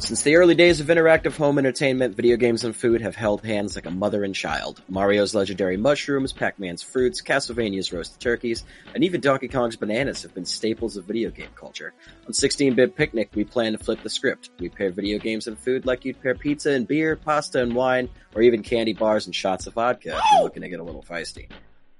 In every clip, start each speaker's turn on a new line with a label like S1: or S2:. S1: Since the early days of interactive home entertainment, video games and food have held hands like a mother and child. Mario's legendary mushrooms, Pac-Man's fruits, Castlevania's roasted turkeys, and even Donkey Kong's bananas have been staples of video game culture. On 16-Bit Picnic, we plan to flip the script. We pair video games and food like you'd pair pizza and beer, pasta and wine, or even candy bars and shots of vodka if you're looking to get a little feisty.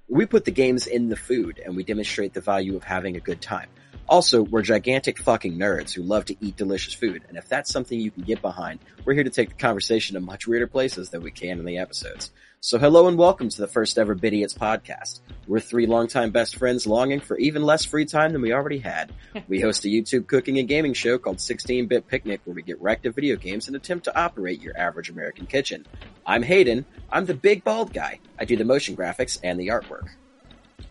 S1: We put the games in the food, and we demonstrate the value of having a good time. Also, we're gigantic fucking nerds who love to eat delicious food, and if that's something you can get behind, we're here to take the conversation to much weirder places than we can in the episodes. So hello and welcome to the first ever Bid Idiots podcast. We're three longtime best friends longing for even less free time than we already had. We host a YouTube cooking and gaming show called 16-Bit Picnic where we get wrecked at video games and attempt to operate your average American kitchen. I'm Hayden. I'm the big bald guy. I do the motion graphics and the artwork.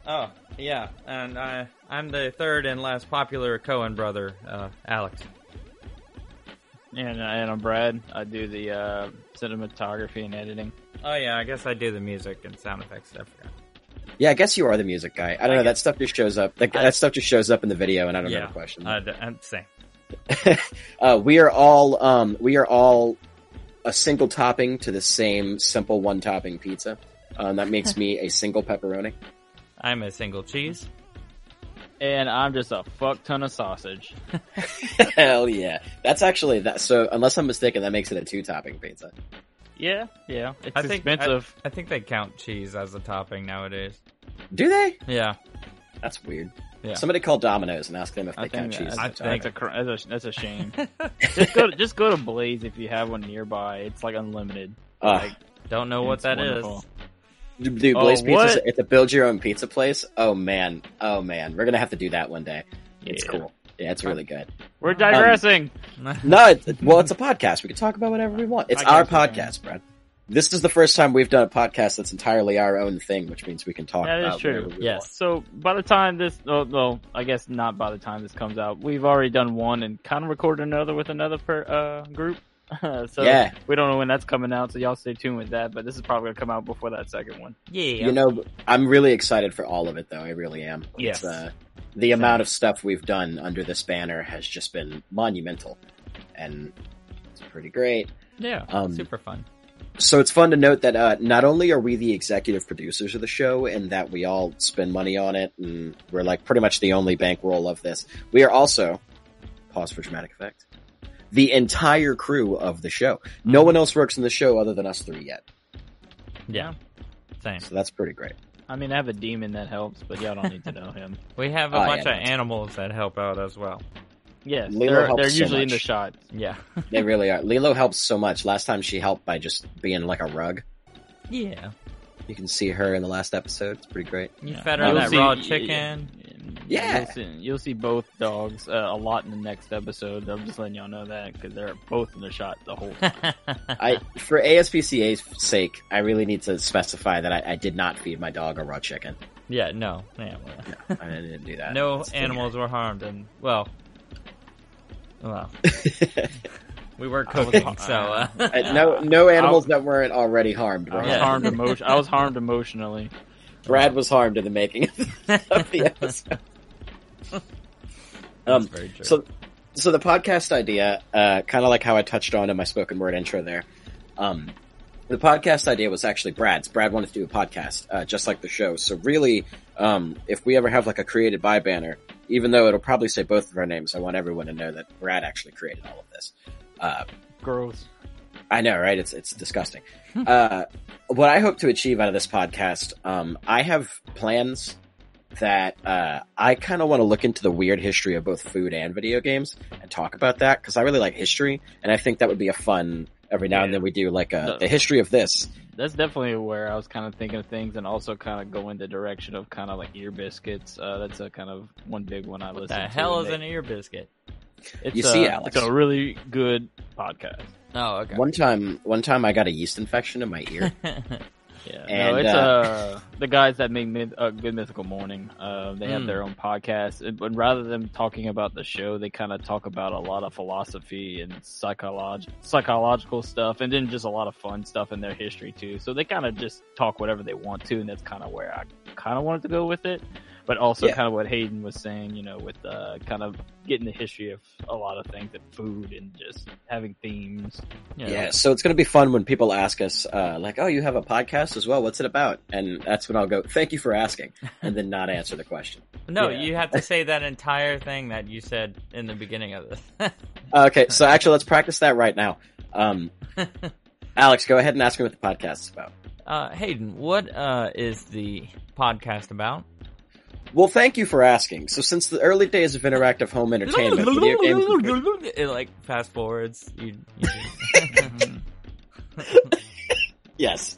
S2: Oh, yeah, and I, I'm the third and last popular Cohen brother, uh, Alex.
S3: And, uh, and I'm Brad. I do the uh, cinematography and editing.
S2: Oh yeah, I guess I do the music and sound effects. I forgot.
S1: Yeah, I guess you are the music guy. I don't know. That stuff just shows up. That,
S2: I-
S1: that stuff just shows up in the video, and I don't know
S2: yeah,
S1: the
S3: Mm-hmm.
S1: question.
S2: Uh, d- I'm same.
S1: uh, we are all um, we are all a single topping to the same simple one topping pizza. Um, that makes me a single pepperoni.
S2: I'm a single cheese.
S3: And I'm just a fuck ton of sausage.
S1: Hell yeah! That's actually that. So unless I'm mistaken, that makes it a two topping pizza.
S3: Yeah, yeah. It's
S2: I think-
S3: expensive.
S2: I think they count cheese as a topping nowadays.
S1: Do they?
S2: Yeah,
S1: That's weird.
S2: Yeah.
S1: Somebody call Domino's and ask them if
S3: I,
S1: they count
S3: think,
S1: cheese.
S3: that's,
S1: as a
S2: I
S1: topping.
S3: that's a, cr- that's a that's a shame. just go just go to Blaze if you have one nearby. It's like unlimited.
S1: Ugh.
S2: don't know what
S3: It's
S2: that is.
S3: wonderful.
S1: Dude, Blaze
S3: Oh,
S1: Pizza,
S3: what?
S1: it's a build your own pizza place. Oh man, oh man, we're gonna have to do that one day. It's
S3: Yeah.
S1: cool. Yeah, it's really good.
S3: We're digressing.
S1: No, it's, well, it's a podcast. We can talk about whatever we want. It's
S3: I guess
S1: our
S3: we can.
S1: podcast, Brad. This is the first time we've done a podcast that's entirely our own thing, which means we can talk
S3: That is
S1: about
S3: true.
S1: whatever we
S2: Yes.
S3: so by the time this, oh, well, I guess not by the time this comes out, we've already done one and kind of recorded another with another per, uh, group. so
S1: Yeah.
S3: we don't know when that's coming out, so y'all stay tuned with that. But this is probably gonna come out before that second one.
S2: Yeah,
S1: want. You know, I'm really excited for all of it, though. I really am.
S2: Yes.
S1: It's, uh, the amount of stuff we've done under this banner has just been monumental, and it's pretty great.
S2: yeah,
S1: um,
S2: super fun.
S1: So it's fun to note that uh, not only are we the executive producers of the show and that we all spend money on it and we're like pretty much the only bankroll of this, we are also, pause for dramatic effect, the entire crew of the show. No one else works in the show other than us three yet.
S2: Yeah, same.
S1: So that's pretty great.
S3: I mean, I have a demon that helps, but y'all don't need to know him.
S2: We have a
S1: Oh, yeah,
S2: bunch
S1: no,
S2: of
S1: it's-
S2: animals that help out as well.
S3: Yes,
S1: Lilo
S3: they're,
S1: helps
S3: they're
S1: so
S3: usually in
S1: much.
S3: the shot.
S2: Yeah,
S1: They really are. Lilo helps so much. Last time she helped by just being like a rug.
S2: yeah.
S1: You can see her in the last episode. It's pretty great.
S2: You
S3: Yeah.
S2: fed her
S3: You'll
S2: that
S3: see-
S2: raw chicken.
S1: Yeah.
S3: You'll see, you'll see both dogs uh, a lot in the next episode. I'm just letting y'all know that because they're both in the shot the whole time.
S1: I, for ASPCA's sake, I really need to specify that I, I did not feed my dog a raw chicken.
S2: yeah, no, yeah, well,
S1: I didn't do that.
S2: no
S1: It's too
S2: animals were harmed, and well, well, we were
S3: I was
S2: cooking,
S3: har-
S2: so uh,
S1: Uh, no, no animals that weren't already harmed.
S3: I
S1: Were
S3: was
S2: Yeah.
S1: harmed.
S3: harmed emotion. I was harmed emotionally.
S1: Brad was harmed in the making of the episode.
S2: that's
S1: um,
S2: very true.
S1: so, so the podcast idea, uh, kind of like how I touched on in my spoken word intro there. Um, the podcast idea was actually Brad's. Brad wanted to do a podcast, uh, just like the show. So really, um, if we ever have like a created by banner, even though it'll probably say both of our names, I want everyone to know that Brad actually created all of this. Uh,
S3: Gross.
S1: I know, right? It's it's disgusting. uh, what I hope to achieve out of this podcast, um, I have plans that uh, I kind of want to look into the weird history of both food and video games and talk about that because I really like history and I think that would be a fun. Every now and then we do like a,
S3: No.
S1: the history of this.
S3: That's definitely where I was kind of thinking of things, and also kind of go in the direction of kind of like ear biscuits. Uh, that's a kind of one big one I
S2: what
S3: listen.
S2: the
S3: to.
S2: hell is
S3: They-
S2: an ear biscuit?
S3: It's
S1: You see,
S3: a,
S1: Alex.
S3: It's a really good podcast.
S2: Oh, okay.
S1: One time, one time I got a yeast infection in my ear.
S3: Yeah,
S1: And,
S3: no, it's
S1: uh,
S3: uh, the guys that make Myth- uh, Good Mythical Morning. Uh, they
S1: Hmm.
S3: have
S2: Mm.
S3: their own podcast, and- but rather than talking about the show, they kind of talk about a lot of philosophy and psycholog- psychological stuff, and then just a lot of fun stuff in their history too. So they kind of just talk whatever they want to, and that's kind of where I kind of wanted to go with it. but also
S1: Yeah.
S3: kind of what Hayden was saying, you know, with uh, kind of getting the history of a lot of things and food and just having themes.
S1: Yeah.
S3: you know.
S1: so it's going to be fun when people ask us, uh, like, "Oh, you have a podcast as well? What's it about?" And that's when I'll go, "Thank you for asking," and then not answer the question.
S2: No,
S3: Yeah.
S2: you have to say that entire thing that you said in the beginning of this.
S1: Okay, so actually, let's practice that right now. Um, Alex, go ahead and ask me what the podcast's about.
S2: uh, Hayden, what uh, is the podcast about?
S1: Well, thank you for asking. So, since the early days of interactive home entertainment, video games and food-
S2: It like fast forwards. You, you
S1: yes.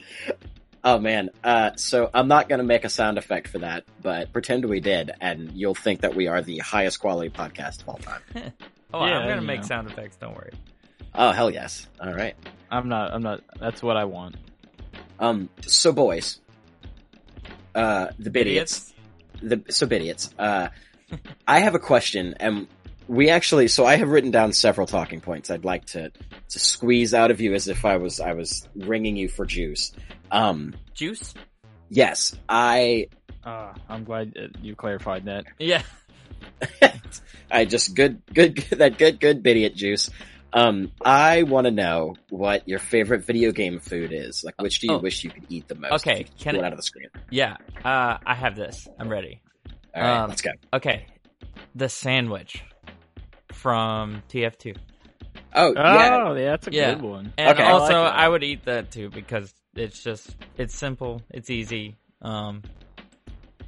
S1: Oh man. Uh, so I'm not gonna make a sound effect for that, but pretend we did, and you'll think that we are the highest quality podcast of all time.
S2: oh,
S3: Yeah,
S2: I'm gonna
S3: you
S2: make
S3: know.
S2: sound effects. Don't worry.
S1: Oh hell yes. All right.
S3: I'm not. I'm not. That's what I want.
S1: Um. So boys. Uh, the idiots. the so idiots. Uh, I have a question, and we actually. So I have written down several talking points I'd like to to squeeze out of you as if I was I was ringing you for juice. Um,
S2: juice.
S1: yes, I
S3: Uh, I'm glad uh, you clarified that.
S2: Yeah.
S1: I just good good that good good idiot juice. Um, I want to know what your favorite video game food is. Like, which do you
S2: Oh.
S1: wish you could eat the most?
S2: Okay. Can
S1: Pull it
S2: I,
S1: out of the screen.
S2: yeah. Uh, I have this. I'm ready.
S1: All right,
S2: Um,
S1: let's go.
S2: Okay. The sandwich from TF2.
S1: Oh, yeah,
S3: Oh, yeah, that's a
S2: Yeah.
S3: good one.
S2: And
S1: Okay. I
S2: also,
S3: like
S2: I,
S3: that.
S2: would eat that too because it's just it's simple, it's easy. Um,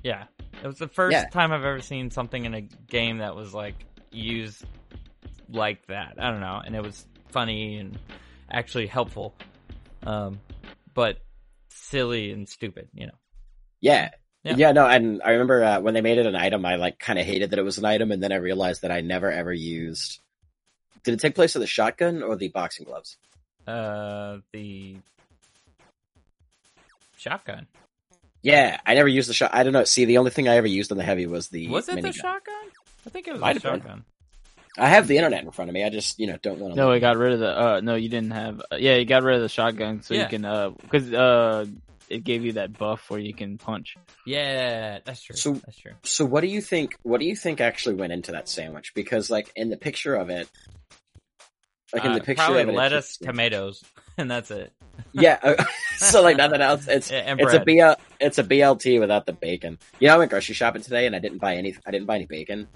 S2: yeah, it was the first
S1: Yeah.
S2: time I've ever seen something in a game that was like used like that. I don't know, and it was funny and actually helpful, um, but silly and stupid. You know,
S1: yeah.
S2: Yeah.
S1: Yeah. no, and I remember uh, when they made it an item, I like kind of hated that it was an item, and then I realized that I never ever used. Did it take place with the shotgun or the boxing gloves?
S2: uh, the shotgun
S1: Yeah, I never used the shot. I don't know. See, the only thing I ever used on the heavy was the
S2: was it the
S1: minigun.
S2: shotgun? I think it was
S1: Might
S2: the
S1: have been.
S2: shotgun.
S1: I have the internet in front of me. I just you know don't want to.
S3: No, it got rid of the. Uh, no, you didn't have. Yeah, it got rid of the shotgun, so
S2: Yeah.
S3: you can. Uh, because uh, it gave you that buff where you can punch.
S2: Yeah, that's true.
S1: So-
S2: that's true.
S1: So what do you think what do you think actually went into that sandwich? Because like in the picture of it like in
S2: Uh,
S1: the picture
S2: probably
S1: of it, it
S2: lettuce,
S1: just-
S2: tomatoes, and that's it.
S1: Yeah. uh, so like nothing else. It's
S2: Yeah, and
S1: it's a
S2: bread.
S1: BL, it's a BLT without the bacon. You know, I went grocery shopping today and I didn't buy any I didn't buy any bacon.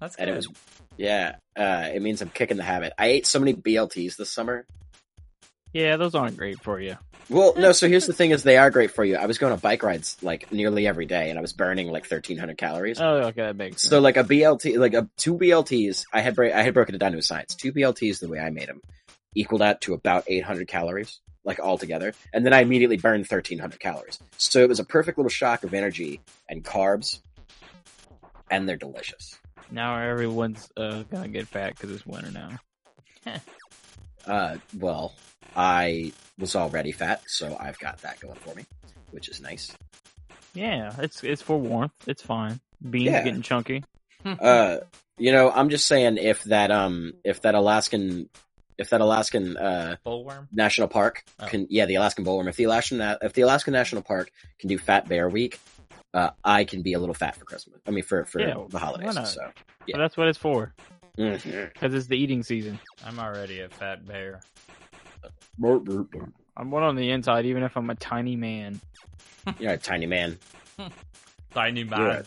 S2: that's
S1: And
S2: good.
S1: it was yeah, uh, it means I'm kicking the habit. I ate so many BLTs this summer.
S3: Yeah, those aren't great for you.
S1: Well, no. So here's the thing: is they are great for you. I was going on bike rides like nearly every day, and I was burning like 1,300 calories.
S3: Oh, okay, that makes sense.
S1: So like a BLT, like a two BLTs, I had bra- I had broken it down to a science. Two BLTs, the way I made them, equaled out to about 800 calories, like all together, and then I immediately burned 1300 calories. So it was a perfect little shock of energy and carbs, and they're delicious.
S3: now everyone's uh, gonna get fat because it's winter now.
S1: Uh, well, I was already fat, so I've got that going for me, which is nice.
S3: Yeah, it's it's for warmth. It's fine. Beans
S1: Yeah.
S3: getting chunky.
S2: Hmm.
S1: Uh, you know, I'm just saying if that um if that Alaskan if that Alaskan uh
S2: Bullworm.
S1: national park
S2: Oh.
S1: can yeah the alaskan bullworm if the alaskan if the alaskan national park can do fat bear week uh, i can be a little fat for christmas i mean for for
S3: Yeah,
S1: the holidays
S3: why not?
S1: so Yeah.
S3: But that's what it's for
S1: Mhm.
S3: because it's the eating season.
S2: I'm already a fat bear.
S3: I'm one on the inside, even if I'm a tiny man.
S1: you're a tiny man
S2: Tiny man.
S1: You're a-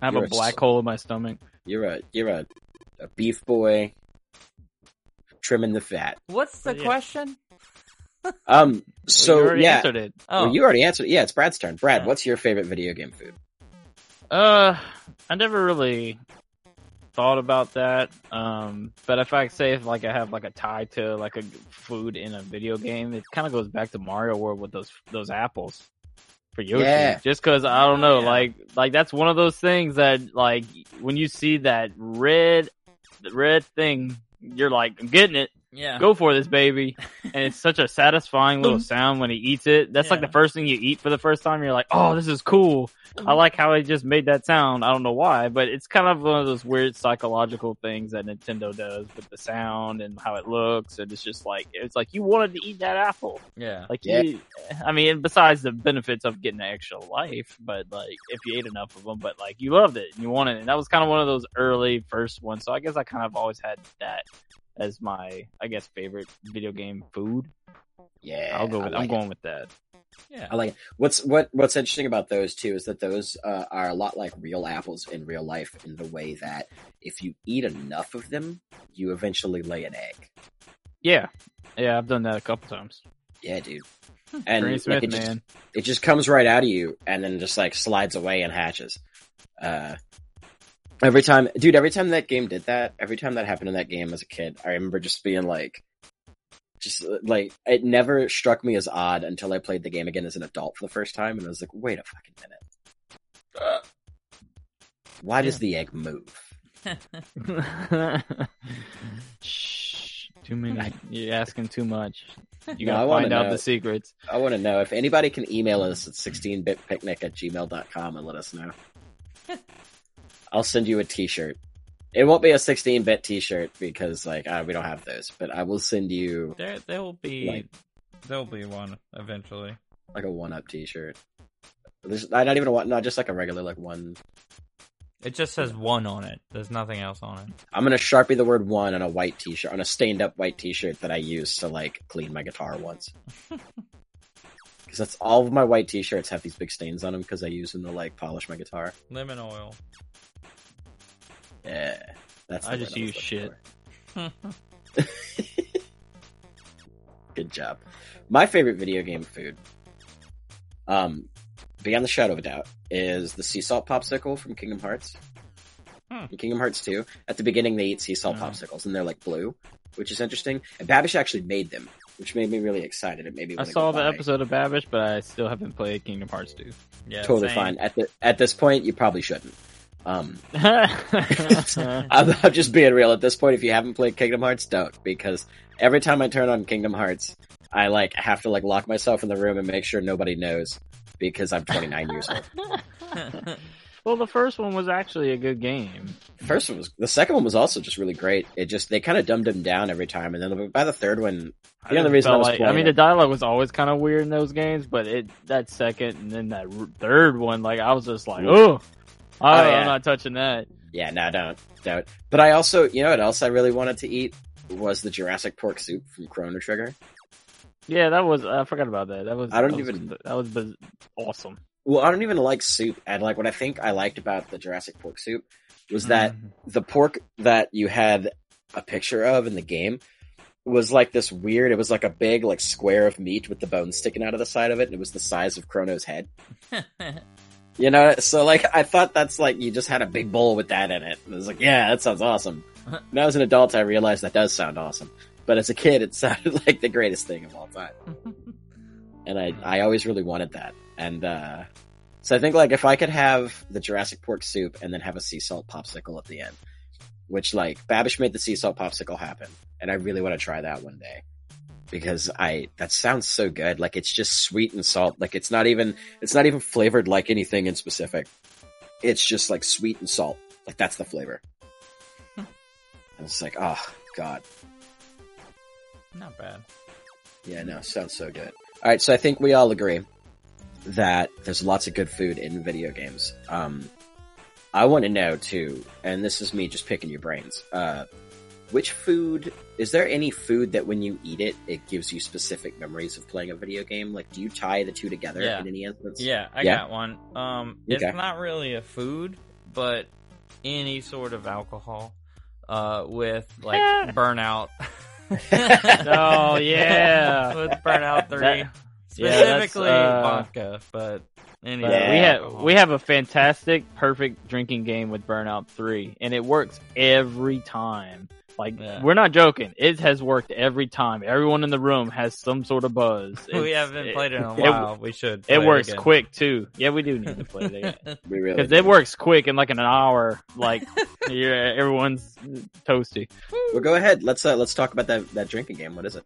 S3: I have
S1: You're
S3: a
S1: a
S3: black
S1: sl-
S3: hole in my stomach.
S1: you're a you're a, a beef boy trimming the fat
S2: What's the
S3: Yeah.
S2: question?
S1: um
S3: Well,
S1: so
S3: you already
S1: yeah
S3: answered Oh. it.
S2: Oh,
S1: Well, you already answered it. yeah it's brad's turn brad
S2: Yeah.
S1: what's your favorite video game food
S3: Uh, I never really thought about that. Um, but if I say if like I have like a tie to like a food in a video game, it kind of goes back to Mario World with those those apples for Yoshi.
S1: Yeah.
S3: Just because I don't know,
S2: Yeah.
S3: like like that's one of those things that like when you see that red the red thing, you're like I'm getting it.
S2: Yeah.
S3: Go for this baby. And it's such a satisfying little sound when he eats it. That's like
S2: Yeah.
S3: the first thing you eat for the first time. You're like, oh, this is cool. I like how he just made that sound. I don't know why, but it's kind of one of those weird psychological things that Nintendo does with the sound and how it looks. And it's just like, it's like you wanted to eat that apple.
S2: Yeah.
S3: Like,
S1: Yeah.
S3: you, I mean, and besides the benefits of getting an extra life, but like if you ate enough of them, but like you loved it and you wanted it. And that was kind of one of those early first ones. So I guess I kind of always had that as my, I guess, favorite video game food.
S1: Yeah,
S3: I'll go with,
S1: I like
S3: I'm
S1: it.
S3: going with that.
S2: Yeah.
S1: I like it. What's what What's interesting about those two is that those uh, are a lot like real apples in real life in the way that if you eat enough of them, you eventually lay an egg.
S3: Yeah. Yeah. I've done that a couple times.
S1: Yeah, dude. And
S3: Granny
S1: like,
S3: Smith,
S1: it, just,
S3: man.
S1: it just comes right out of you, and then just like slides away and hatches. Uh, every time, dude. Every time that game did that, every time that happened in that game as a kid, I remember just being like, just uh, like it never struck me as odd until I played the game again as an adult for the first time, and I was like, wait a fucking minute. Why does the egg move?
S3: Shh. Too many. You're asking too much. You
S1: No,
S3: gotta
S1: I wanna
S3: find out
S1: know.
S3: the secrets.
S1: I want to know. If anybody can email us at 16bitpicnic at gmail.com and let us know. I'll send you a t-shirt. It won't be a 16-bit t-shirt because, like, uh, we don't have those, but I will send you,
S2: There, there will be,
S1: Like-
S2: there will be one eventually.
S1: like, a one-up t-shirt. There's, I not even want, not just like a regular, like, one.
S2: It just says one on it. There's nothing else on it.
S1: I'm going to Sharpie the word one on a white t-shirt, on a stained-up white t-shirt that I used to, like, clean my guitar once. Because that's all of my white t-shirts have these big stains on them because I use them to, like, polish my guitar.
S2: Lemon oil.
S1: Yeah. That's the
S3: I
S1: word
S3: just
S1: was
S3: use
S1: looking
S3: shit.
S1: for. Good job. My favorite video game food, um, beyond the shadow of a doubt, is the sea salt popsicle from Kingdom Hearts.
S2: Hmm.
S1: In Kingdom Hearts 2, at the beginning they eat sea salt
S3: Uh-huh.
S2: Oh.
S1: popsicles and they're like blue, which is interesting. And Babish actually made them, which made me really excited. It made me.
S3: I
S1: wanna go
S3: saw the
S1: buy-
S3: episode of Babish, but I still haven't played Kingdom Hearts 2.
S2: Yeah.
S1: Totally
S2: same.
S1: fine. At the at this point, you probably shouldn't. Um,
S3: yeah,
S1: I'm, I'm just being real at this point. If you haven't played Kingdom Hearts, don't because every time I turn on Kingdom Hearts, I like have to like lock myself in the room and make sure nobody knows because I'm 29 years old.
S3: well, the first one was actually a good game.
S1: The first one was the second one was also just really great. It just they kind of dumbed him down every time, and then by the third one, The
S3: I
S1: only
S3: just
S1: reason I
S3: felt
S1: was
S3: like, I
S1: playing
S3: mean,
S1: it-
S3: the dialogue was always kind of weird in those games, but it that second and then that r- third one, like I was just like, oh, I,
S1: yeah.
S3: I'm not touching that.
S1: yeah, no, don't, don't. But I also, you know, what else I really wanted to eat was the Jurassic pork soup from Chrono Trigger.
S3: Yeah, that was I forgot about that. That was
S1: I don't
S3: that was-
S1: even-
S3: that was biz- awesome.
S1: Well, I don't even like soup, and like what I think I liked about the Jurassic pork soup was
S2: Hmm.
S1: that the pork that you had a picture of in the game was like this weird it was like a big like square of meat with the bones sticking out of the side of it and it was the size of Chrono's head. You know, so like I thought that's like you just had a big bowl with that in it. And I was like, yeah, that sounds awesome. Now as an adult I realized that does sound awesome. But as a kid it sounded like the greatest thing of all time. And I, I always really wanted that. And uh so I think like if I could have the Jurassic pork soup and then have a sea salt popsicle at the end which like Babish made the sea salt popsicle happen, and I really want to try that one day because I that sounds so good. Like it's just sweet and salt. Like it's not even it's not even flavored like anything in specific. It's just like sweet and salt. Like that's the flavor. and it's like oh god,
S2: Not bad.
S1: yeah, no, sounds so good. All right, so I think we all agree that there's lots of good food in video games. Um, I want to know too, and this is me just picking your brains. Uh, which food is there any food that when you eat it, it gives you specific memories of playing a video game? Like, do you tie the two together
S2: Yeah.
S1: in any instance?
S2: Yeah, I
S1: Yeah?
S2: got one. Um, it's
S1: Okay.
S2: not really a food, but any sort of alcohol, uh, with like burnout.
S3: Oh, yeah.
S2: with burnout three,
S3: That- yeah, that's,
S2: specifically
S3: uh,
S2: vodka, but any
S1: Yeah.
S3: Uh, we have we have a fantastic, perfect drinking game with Burnout Three, and it works every time. Like
S2: Yeah.
S3: we're not joking. It has worked every time. Everyone in the room has some sort of buzz.
S2: we
S3: It's-
S2: haven't
S3: it-
S2: played it in a
S3: it-
S2: while. we should. play
S3: It works
S2: again.
S3: quick too. Yeah, we do need to play it again.
S1: We really
S3: Because it works quick in like an hour. Like you're, everyone's toasty.
S1: Well, go ahead. Let's uh, let's talk about that that drinking game. What is it?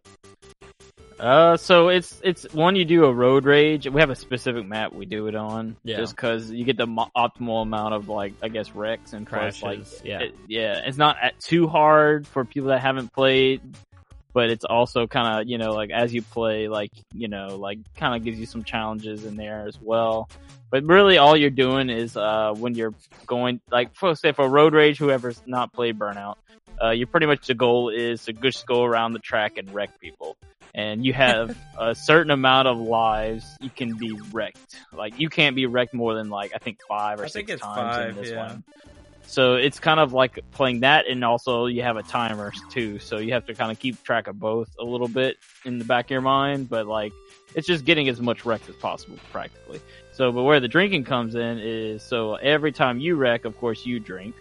S3: Uh, so it's it's one you do a road rage. We have a specific map we do it on,
S2: Yeah.
S3: just because you get the mo- optimal amount of like I guess wrecks and
S2: crashes.
S3: crashes. Like,
S2: yeah.
S3: it- yeah, it's not at too hard for people that haven't played, but it's also kind of you know like as you play, like you know like kind of gives you some challenges in there as well. But really, all you're doing is uh when you're going like for say for road rage, whoever's not played Burnout, uh, you pretty much the goal is to just go around the track and wreck people. And you have a certain amount of lives you can be wrecked. Like you can't be wrecked more than like I think five or
S2: I
S3: six
S2: think it's
S3: times
S2: five,
S3: in this
S2: yeah.
S3: one. So it's kind of like playing that, and also you have a timer too. So you have to kind of keep track of both a little bit in the back of your mind. But like, it's just getting as much wrecked as possible, practically. So, but where the drinking comes in is so every time you wreck, of course you drink.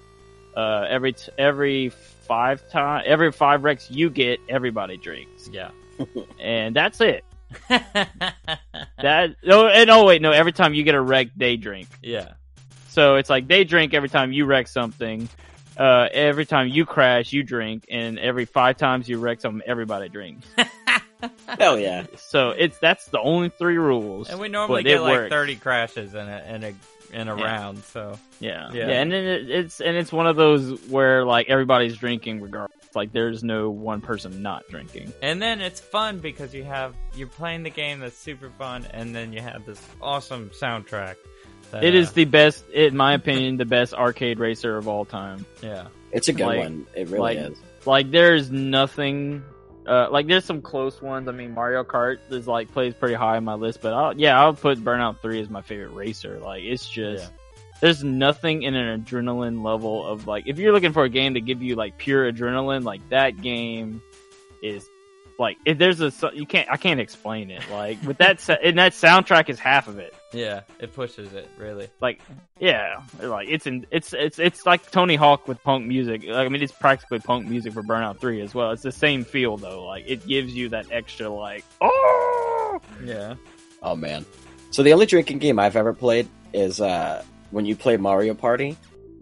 S3: Uh, every t- every five time every five wrecks you get, everybody drinks,
S2: yeah.
S3: and that's it. That no, and oh wait, no, every time you get a wreck, they drink.
S2: yeah.
S3: So it's like they drink every time you wreck something. Uh, every time you crash, you drink, and every five times you wreck something, everybody drinks.
S1: Hell yeah!
S3: So it's that's the only three rules.
S2: And we normally
S3: But it
S2: get like
S3: works.
S2: 30 crashes in a in a in a
S3: Yeah.
S2: round. So
S3: Yeah.
S2: Yeah.
S3: yeah, and then it, it's and it's one of those where like everybody's drinking regardless. Like there's no one person not drinking.
S2: and then it's fun because you have you're playing the game that's super fun, and then you have this awesome soundtrack. That,
S3: It is
S2: uh,
S3: the best, in my opinion, the best arcade racer of all time.
S2: yeah.
S1: It's a good
S3: Like-
S1: one. It really
S3: like-
S1: is.
S3: Like there's nothing. Uh, like there's some close ones. I mean, Mario Kart is like plays pretty high on my list, but I'll, yeah, I'll put Burnout Three as my favorite racer. Like it's just there's nothing in an adrenaline level of like if you're looking for a game to give you like pure adrenaline, like that game is like if there's a so- you can't I can't explain it. Like with that sa- and that soundtrack is half of it.
S2: Yeah, it pushes it really.
S3: Like yeah, like it's in, it's it's it's like Tony Hawk with punk music. Like, I mean, it's practically punk music for Burnout Three as well. It's the same feel though. Like it gives you that extra like oh
S2: Yeah.
S1: Oh man. So the only drinking game I've ever played is uh when you play Mario Party,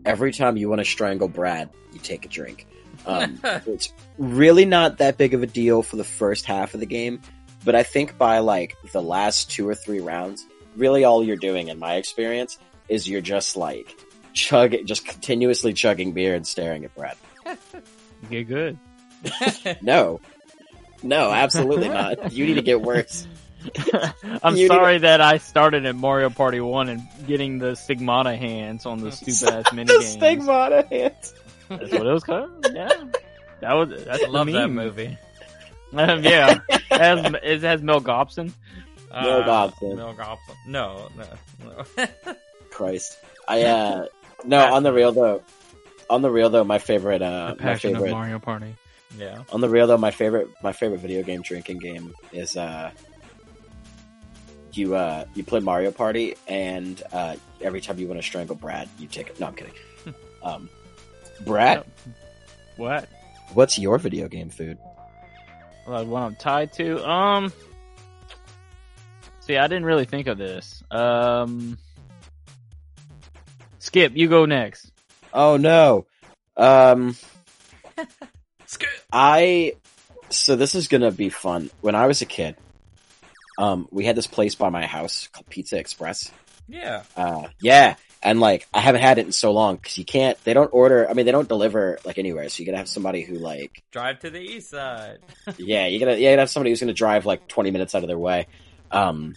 S1: every time you want to strangle Brad, you take a drink. Um it's really not that big of a deal for the first half of the game, but I think by like the last two or three rounds, really all you're doing in my experience is you're just like chug just continuously chugging beer and staring at Brad.
S3: get good.
S1: No. No, absolutely not. You need to get worse.
S3: I'm
S1: You need
S3: sorry that I started at Mario Party 1 and getting the Stigmata hands on the stupid ass mini games.
S1: stigmata hands.
S3: That's what it was called. Yeah. That was that's
S2: I love
S3: the
S2: that
S3: meme.
S2: movie.
S3: Um, yeah. It has, it has Mel Gibson.
S1: Mel Gibson.
S2: Uh, Mel Gibson. No, no. no.
S1: Christ. I uh no on the real though. On the real though, my favorite uh my favorite
S3: Mario Party.
S2: yeah.
S1: on the real though, my favorite my favorite video game drinking game is uh you uh you play Mario Party and uh every time you want to strangle Brad, you take it. No, I'm kidding. Um Brad,
S3: What?
S1: what's your video game food?
S3: Like what I'm tied to? Um. See, I didn't really think of this. Um. Skip, you go next.
S1: Oh no. Um
S2: Skip.
S1: I so this is gonna be fun. When I was a kid, um we had this place by my house called Pizza Express.
S2: Yeah.
S1: Uh, yeah. And like, I haven't had it in so long because you can't, they don't order, I mean, they don't deliver like anywhere. So you gotta have somebody who like,
S2: Drive to the east side.
S1: yeah, you gotta, yeah, you gotta have somebody who's gonna drive like 20 minutes out of their way. Um,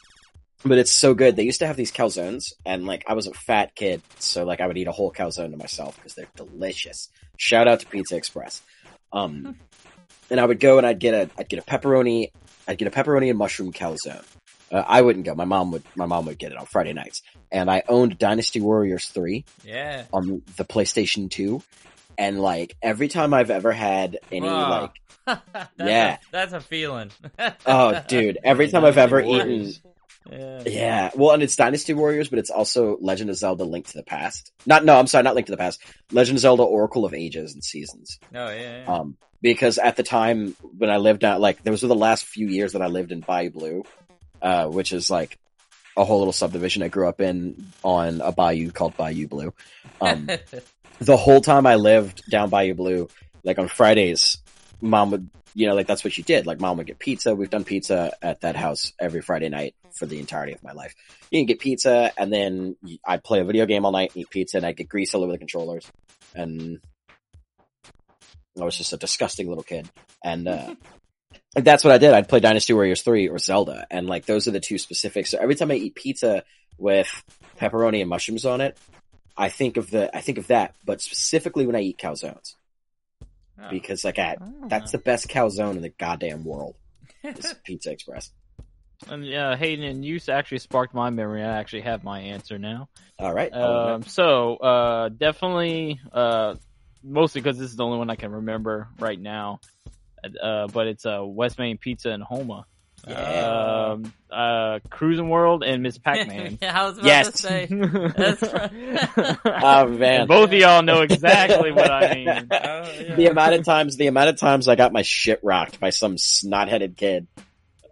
S1: but it's so good. They used to have these calzones and like, I was a fat kid. So like, I would eat a whole calzone to myself because they're delicious. Shout out to Pizza Express. Um, and I would go and I'd get a, I'd get a pepperoni, I'd get a pepperoni and mushroom calzone. Uh, I wouldn't go. My mom would, my mom would get it on Friday nights. And I owned Dynasty Warriors 3
S2: Yeah.
S1: on the PlayStation 2. And like every time I've ever had any
S2: Wow.
S1: like
S2: that's
S1: Yeah.
S2: A, that's a feeling.
S1: oh dude, every time I've ever eaten
S2: Yeah.
S1: Yeah, well, and it's Dynasty Warriors, but it's also Legend of Zelda: Link to the Past. Not, no, I'm sorry, not Link to the Past. Legend of Zelda: Oracle of Ages and Seasons.
S2: Oh yeah. yeah.
S1: Um, because at the time when I lived out, like, those were the last few years that I lived in Bayou Blue, uh, which is like a whole little subdivision I grew up in on a bayou called Bayou Blue. Um, the whole time I lived down Bayou Blue, like on Fridays, mom would, you know, like that's what she did. Like mom would get pizza. We've done pizza at that house every Friday night for the entirety of my life. You can get pizza and then I'd play a video game all night, eat pizza and I'd get grease all over the controllers. And I was just a disgusting little kid. And, uh, like, that's what I did. I'd play Dynasty Warriors 3 or Zelda. And like those are the two specifics. So every time I eat pizza with pepperoni and mushrooms on it, I think of the, I think of that, but specifically when I eat calzones
S2: Oh.
S1: because like I,
S2: Ah.
S1: that's the best calzone in the goddamn world. It's Pizza Express.
S3: And yeah, Hayden, and you actually sparked my memory. I actually have my answer now.
S1: All right.
S3: Um, so uh, definitely, uh, mostly because this is the only one I can remember right now. Uh, but it's uh, West Main Pizza in Homa,
S1: Yeah.
S3: um, uh, Cruising World, and Miss Pac Man.
S2: Oh. Yeah, I was about
S1: Yes.
S2: to say. That's right.
S1: oh man.
S3: And both of y'all know exactly what I mean.
S2: Oh, yeah.
S1: the amount of times, the amount of times I got my shit rocked by some snot-headed kid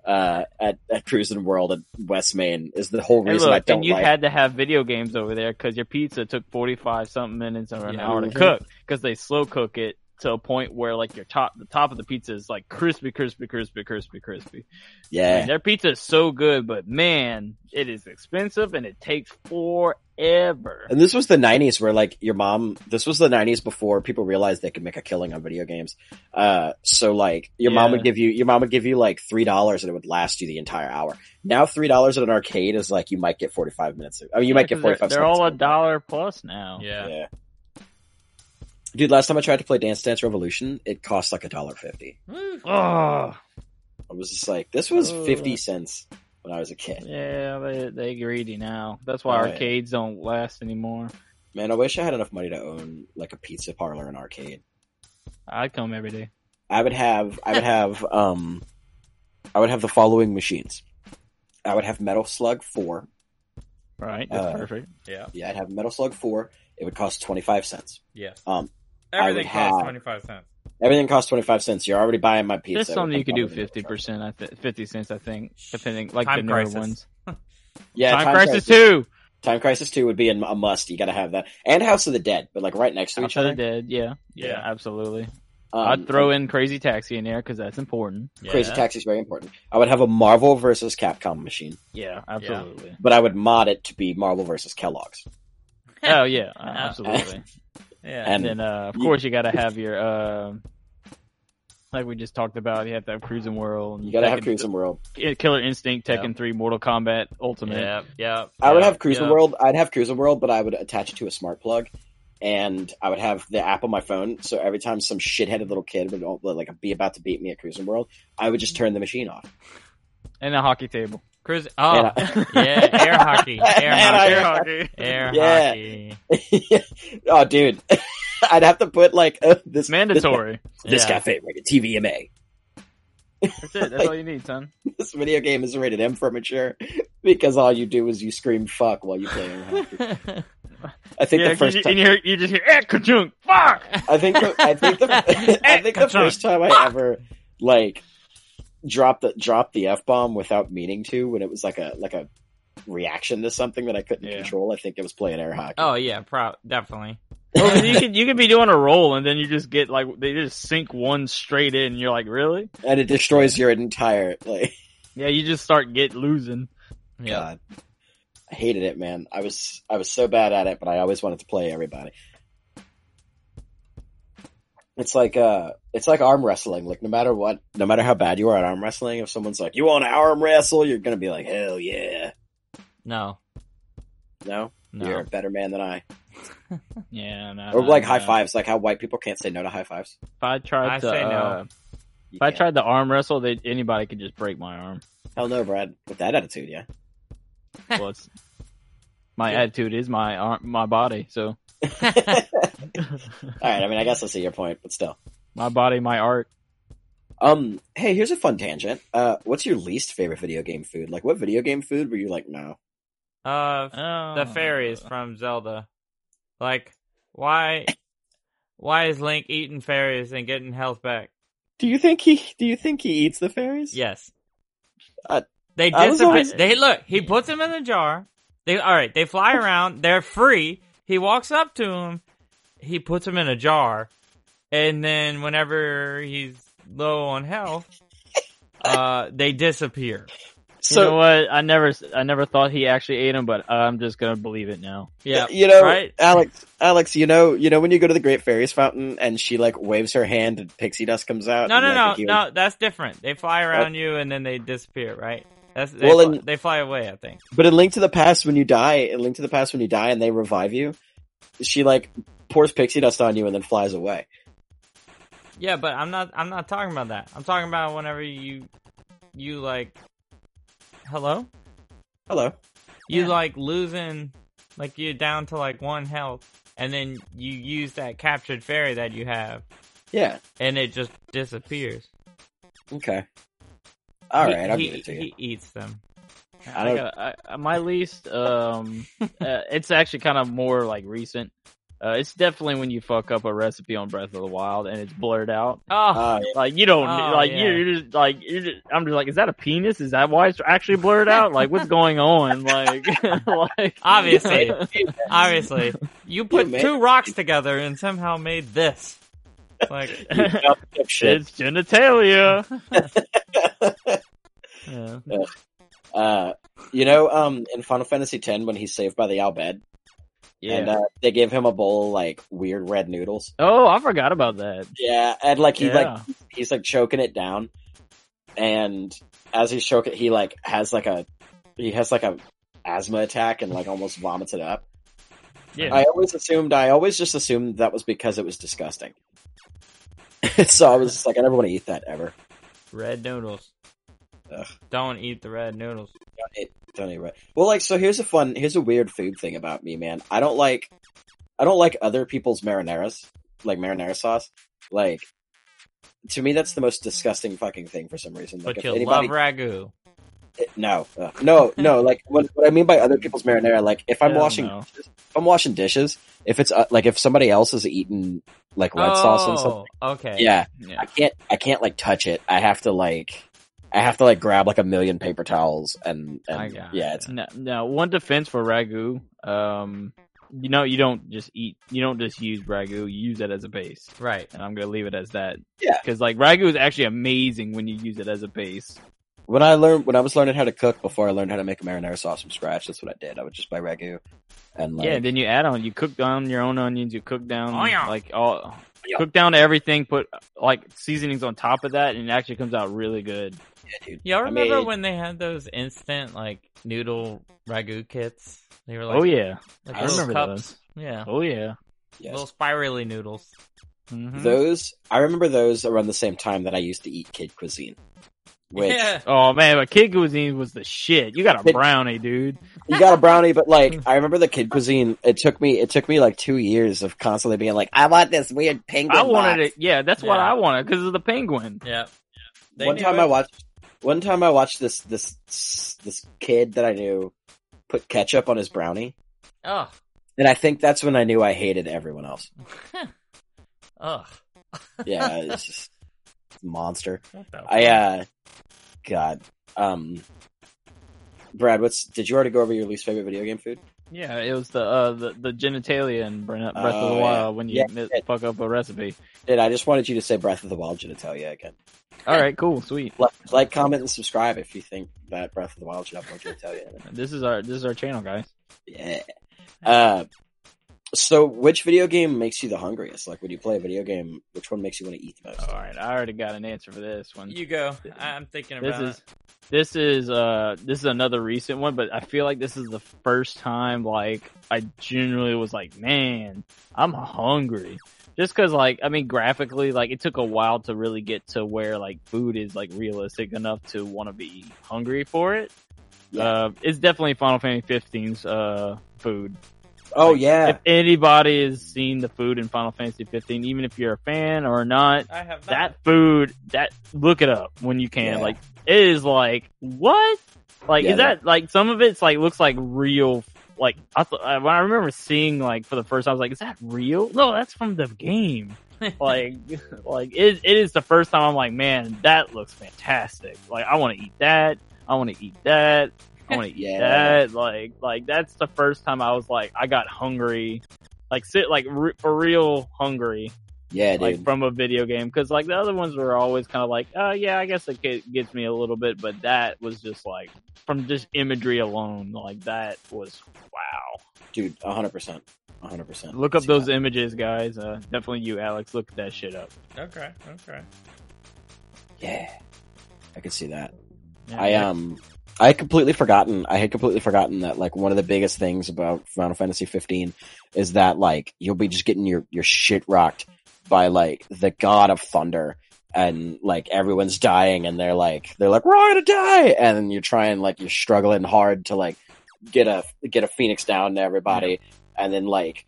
S1: uh, at at Cruisin' World at West Main is the whole
S3: And
S1: reason I
S3: look,
S1: don't
S3: and you
S1: like.
S3: had to have video games over there because your pizza took forty five something minutes or an
S2: Yeah.
S3: hour to
S1: Mhm.
S3: cook because they slow cook it to a point where like your top the top of the pizza is like crispy, crispy, crispy, crispy, crispy. I mean,
S1: yeah,
S3: their pizza is so good, but man, it is expensive and it takes forever.
S1: and this was the '90s where like your mom. This was the '90s before people realized they could make a killing on video games. Uh, so like your mom
S3: Yeah.
S1: would give you, your mom would give you like three dollars and it would last you the entire hour. Now three dollars at an arcade is like you might get forty-five minutes. Of, I mean, you might get 45
S3: They're, they're
S1: seconds
S3: all a
S1: of it.
S3: dollar plus now.
S2: Yeah.
S1: Yeah. Dude, last time I tried to play Dance Dance Revolution, it cost like a dollar fifty.
S2: Woo.
S3: Oh,
S1: I was just like, this was
S3: Oh.
S1: fifty cents when I was a kid.
S3: yeah, they they greedy now. That's why
S1: Right.
S3: arcades don't last anymore.
S1: Man, I wish I had enough money to own like a pizza parlor and arcade.
S3: I come every day.
S1: I would have I would have um I would have the following machines. I would have Metal Slug four.
S3: Right, that's
S1: Uh,
S3: perfect.
S2: Yeah.
S1: Yeah, I'd have Metal Slug four. It would cost twenty five cents.
S2: Yes.
S1: Um, I would
S2: Everything costs
S1: have-
S2: twenty five cents.
S1: Everything costs twenty five cents. You're already buying my pizza.
S3: That's something you
S1: I'm
S3: could do
S1: probably gonna
S3: fifty percent, I th- fifty cents, I think, depending like
S2: Time
S3: the newer
S2: crisis.
S3: ones.
S1: Yeah,
S3: Time, Crisis Two,
S1: Time Crisis Two would be a a must. You got to have that, and House of the Dead, but like right next to
S3: House
S1: each
S3: of the
S1: other.
S3: Dead, yeah, yeah,
S2: Yeah.
S3: absolutely.
S1: Um,
S3: I'd throw in Crazy Taxi in there because that's important.
S1: Crazy Taxi is very important. I would have a Marvel versus Capcom machine,
S3: Yeah, absolutely.
S1: but I would mod it to be Marvel versus Kellogg's.
S3: oh yeah, uh, absolutely.
S2: Yeah.
S1: And
S3: And then uh, of
S1: you-
S3: course you got to have your, uh, like we just talked about, you have to have Cruising World. And
S1: you gotta have
S3: Tekken-
S1: Cruising World.
S3: Killer Instinct, Tekken Three, Mortal Kombat Ultimate.
S2: Yeah. Yeah.
S1: I would
S2: yeah,
S1: have Cruising
S2: yeah.
S1: World. I'd have Cruising World, but I would attach it to a smart plug, and I would have the app on my phone. So every time some shitheaded little kid would like be about to beat me at Cruising World, I would just turn the machine off.
S3: and a hockey table.
S2: Cruise.
S1: And
S2: Oh.
S1: I-
S2: Yeah. Air hockey. Air
S1: And
S2: hockey.
S1: I-
S3: hockey.
S2: Air
S1: Yeah.
S2: hockey.
S1: oh, dude, I'd have to put like uh, this
S3: It's mandatory.
S1: This
S2: Yeah.
S1: cafe rated TVMA.
S3: That's it. That's all you need, son.
S1: This video game is rated M for mature because all you do is you scream fuck while you play. air hockey. I think
S3: yeah,
S1: the
S3: 'cause
S1: first
S3: you,
S1: time.
S3: and you're, you just hear, eh, ka-chunk, fuck!
S1: I think the, I think the I think the first time I ever like dropped the dropped the f bomb without meaning to when it was like a like a reaction to something that I couldn't
S3: Yeah.
S1: control. I think it was playing air hockey.
S2: Oh yeah. Pro. Definitely.
S3: Well, you could you could be doing a roll and then you just get like they just sink one straight in. You're like, really?
S1: and it destroys your entire like.
S3: Yeah, you just start get losing.
S2: Yeah.
S1: God, I hated it, man. I was I was so bad at it, but I always wanted to play everybody. It's like uh, it's like arm wrestling. Like no matter what, no matter how bad you are at arm wrestling, if someone's like, "You want to arm wrestle?" You're gonna be like, "Hell yeah!"
S2: No.
S1: No,
S2: No. Uh,
S1: You're a better man than I.
S3: Yeah, no,
S1: Or like
S3: no,
S1: high
S3: no.
S1: fives, like how white people can't say no to high fives.
S3: If I tried
S2: I
S3: to,
S2: say no.
S3: uh,
S1: You
S3: if I
S1: can't.
S3: tried to arm wrestle, they, anybody could just break my arm.
S1: hell no, Brad, with that attitude, yeah.
S3: Well, it's, my
S2: Yeah.
S3: attitude is my arm, my body. So
S1: All right, I mean, I guess I see your point, but still.
S3: my body, my art.
S1: Um, hey, here's a fun tangent. Uh, what's your least favorite video game food? Like, what video game food were you like, no?
S2: Uh, the
S3: Oh.
S2: fairies from Zelda. Like, why, why is Link eating fairies and getting health back?
S1: Do you think he? Do you think he eats the fairies?
S2: Yes,
S1: Uh,
S2: they
S1: I was
S2: dissipate.
S1: always-
S2: They look. He puts them in a jar. They all right. They fly around. They're free. He walks up to him. He puts them in a jar, and then whenever he's low on health, uh, they disappear.
S1: So
S3: you know what? I never, I never thought he actually ate him, but I'm just gonna believe it now.
S2: Yeah,
S1: you know,
S2: right?
S1: Alex, Alex, you know, you know when you go to the Great Fairies Fountain and she like waves her hand and pixie dust comes out.
S2: No,
S1: and,
S2: no,
S1: like,
S2: no,
S1: if you-
S2: no. That's different. They fly around you and then they disappear, right? That's they,
S1: Uh, Well,
S2: fly,
S1: in-
S2: they fly away. I think.
S1: But in Link to the Past, when you die, in Link to the Past, when you die and they revive you, she like pours pixie dust on you and then flies away.
S2: Yeah, but I'm not. I'm not talking about that. I'm talking about whenever you, you like, hello,
S1: Hello.
S2: you
S1: Yeah.
S2: like losing, like you're down to like one health, and then you use that captured fairy that you have,
S1: Yeah.
S2: and it just disappears.
S1: Okay. All
S2: He-
S1: right, I'll
S2: he-
S1: give it to you.
S2: He eats them.
S1: I
S3: I,
S1: don't-
S3: gotta- I- my least, um, uh, it's actually kind of more like recent. Uh, it's definitely when you fuck up a recipe on Breath of the Wild and it's blurred out.
S2: Oh,
S1: Uh,
S3: Like you don't
S2: Oh,
S3: like
S2: yeah.
S3: you're, you're just like you're just, I'm just like is that a penis? Is that why it's actually blurred out? Like what's going on? Like, like
S2: Obviously. obviously, you put
S1: made-
S2: two rocks together and somehow made this. Like,
S1: Shit.
S3: it's genitalia.
S2: yeah.
S1: Uh, you know, um, in Final Fantasy X, when he's saved by the Albed,
S3: Yeah.
S1: and uh, they give him a bowl of, like weird red noodles.
S3: oh, I forgot about that.
S1: Yeah, and like he
S3: yeah.
S1: like he's like choking it down, and as he's choking, he like has like a he has like a asthma attack and like almost vomits it up.
S3: yeah.
S1: I always assumed, I always just assumed that was because it was disgusting. so I was just like, I never want to eat that ever.
S2: Red noodles.
S1: Ugh.
S2: Don't eat the red noodles.
S1: Don't eat- don't eat red. Well, like so here's a fun, here's a weird food thing about me, man. I don't like, I don't like other people's marinaras, like marinara sauce, like. To me, that's the most disgusting fucking thing for some reason. Like,
S2: But
S1: if
S2: you
S1: anybody-
S2: love ragu.
S1: No, uh, no, no. Like what, what I mean by other people's marinara, like if I'm
S3: Hell
S1: washing,
S3: no.
S1: dishes, if I'm washing dishes, if it's uh, like if somebody else has eaten like red sauce and stuff,
S2: Oh, okay.
S1: yeah,
S3: Yeah.
S1: I can't, I can't like touch it. I have to like, I have to like grab like a million paper towels and,
S2: I
S1: and
S2: got
S1: yeah,
S2: it.
S1: it's
S3: No, no, one defense for ragu. Um, you know, you don't just eat. You don't just use ragu. You use it as a base,
S2: Right.
S3: and I'm gonna leave it as that.
S1: Yeah.
S3: because like ragu is actually amazing when you use it as a base.
S1: when I learned when I was learning how to cook before I learned how to make a marinara sauce from scratch. That's what I did. I would just buy ragu and like,
S3: yeah, then you add on. You cook down your own onions. You cook down
S2: Oh, yeah.
S3: like all.
S1: Yeah.
S3: Cook down everything. Put like seasonings on top of that, and it actually comes out really good.
S1: yeah, dude.
S2: Y'all
S1: I
S2: remember
S1: made-
S2: when they had those instant like noodle ragu kits? They were like,
S3: oh yeah,
S2: like
S1: I
S2: little
S3: remember
S2: cups. Yeah,
S3: oh yeah.
S1: Yes.
S2: little spirally noodles.
S3: Mhm.
S2: mm-hmm.
S1: Those I remember those around the same time that I used to eat kid cuisine, which.
S2: yeah,
S3: Oh man, but kid cuisine was the shit. You got a
S1: It-
S3: brownie, dude.
S1: you got a brownie, but like I remember the kid cuisine. It took me it took me like two years of constantly being like, I want this weird penguin.
S3: I wanted
S1: box."
S3: it. Yeah, that's what
S2: Yeah.
S3: I wanted because of the penguin.
S2: yeah. They
S1: One
S2: knew
S1: time
S2: it.
S1: I watched one time I watched this this this kid that I knew put ketchup on his brownie,
S2: Ugh.
S1: and I think that's when I knew I hated everyone else.
S2: Ugh.
S1: Yeah, it's just monster.
S2: What the
S1: I uh, God, um, Brad, what's did you already go over your least favorite video game food?
S3: Yeah, it was the uh, the, the genitalia in Bre- Breath of
S1: Oh,
S3: the
S1: yeah.
S3: Wild when you
S1: Yeah,
S3: mi-
S1: yeah.
S3: fuck up a recipe.
S1: Did I just wanted you to say Breath of the Wild genitalia again?
S3: All right, cool, sweet.
S1: Like, like, comment, and subscribe if you think that Breath of the Wild should have more genitalia in it.
S3: This is our this is our channel, guys.
S1: Yeah. Uh, so, which video game makes you the hungriest? Like, when you play a video game, which one makes you want to eat the most?
S3: All right, I already got an answer for this one.
S2: You go. I- I'm thinking
S3: this
S2: about
S3: is
S2: it.
S3: this is uh this is another recent one, but I feel like this is the first time like I genuinely was like, man, I'm hungry. Just because, like, I mean, graphically, like, it took a while to really get to where like food is like realistic enough to want to be hungry for it.
S1: Yeah.
S3: Uh, it's definitely Final Fantasy 15's uh food.
S1: Oh yeah,
S3: If anybody has seen the food in Final Fantasy 15, even if you're a fan or not,
S2: I have
S3: that food that look it up when you can
S1: Yeah.
S3: like it is like what like
S1: Yeah,
S3: is that like some of it's like looks like real like I th- I, when I remember seeing like for the first time I was like is that real no that's from the game like like it, it is the first time I'm like man that looks fantastic like I want to eat that I want to eat that I want to eat
S1: Yeah.
S3: that like like that's the first time I was like I got hungry like sit like re- for real hungry
S1: yeah,
S3: like
S1: dude.
S3: from a video game because like the other ones were always kind of like oh yeah i guess it ge- gets me a little bit but that was just like from just imagery alone like that was wow
S1: dude, hundred percent, hundred percent.
S3: look up those images guys uh, definitely you alex look that shit up
S2: okay, okay.
S1: Yeah, I can see that.
S3: Yeah.
S1: I um, I had completely forgotten. I had completely forgotten that like one of the biggest things about Final Fantasy 15 is that like you'll be just getting your your shit rocked by like the god of thunder and like everyone's dying and they're like they're like we're all gonna die and you're trying like you're struggling hard to like get a get a phoenix down to everybody and then like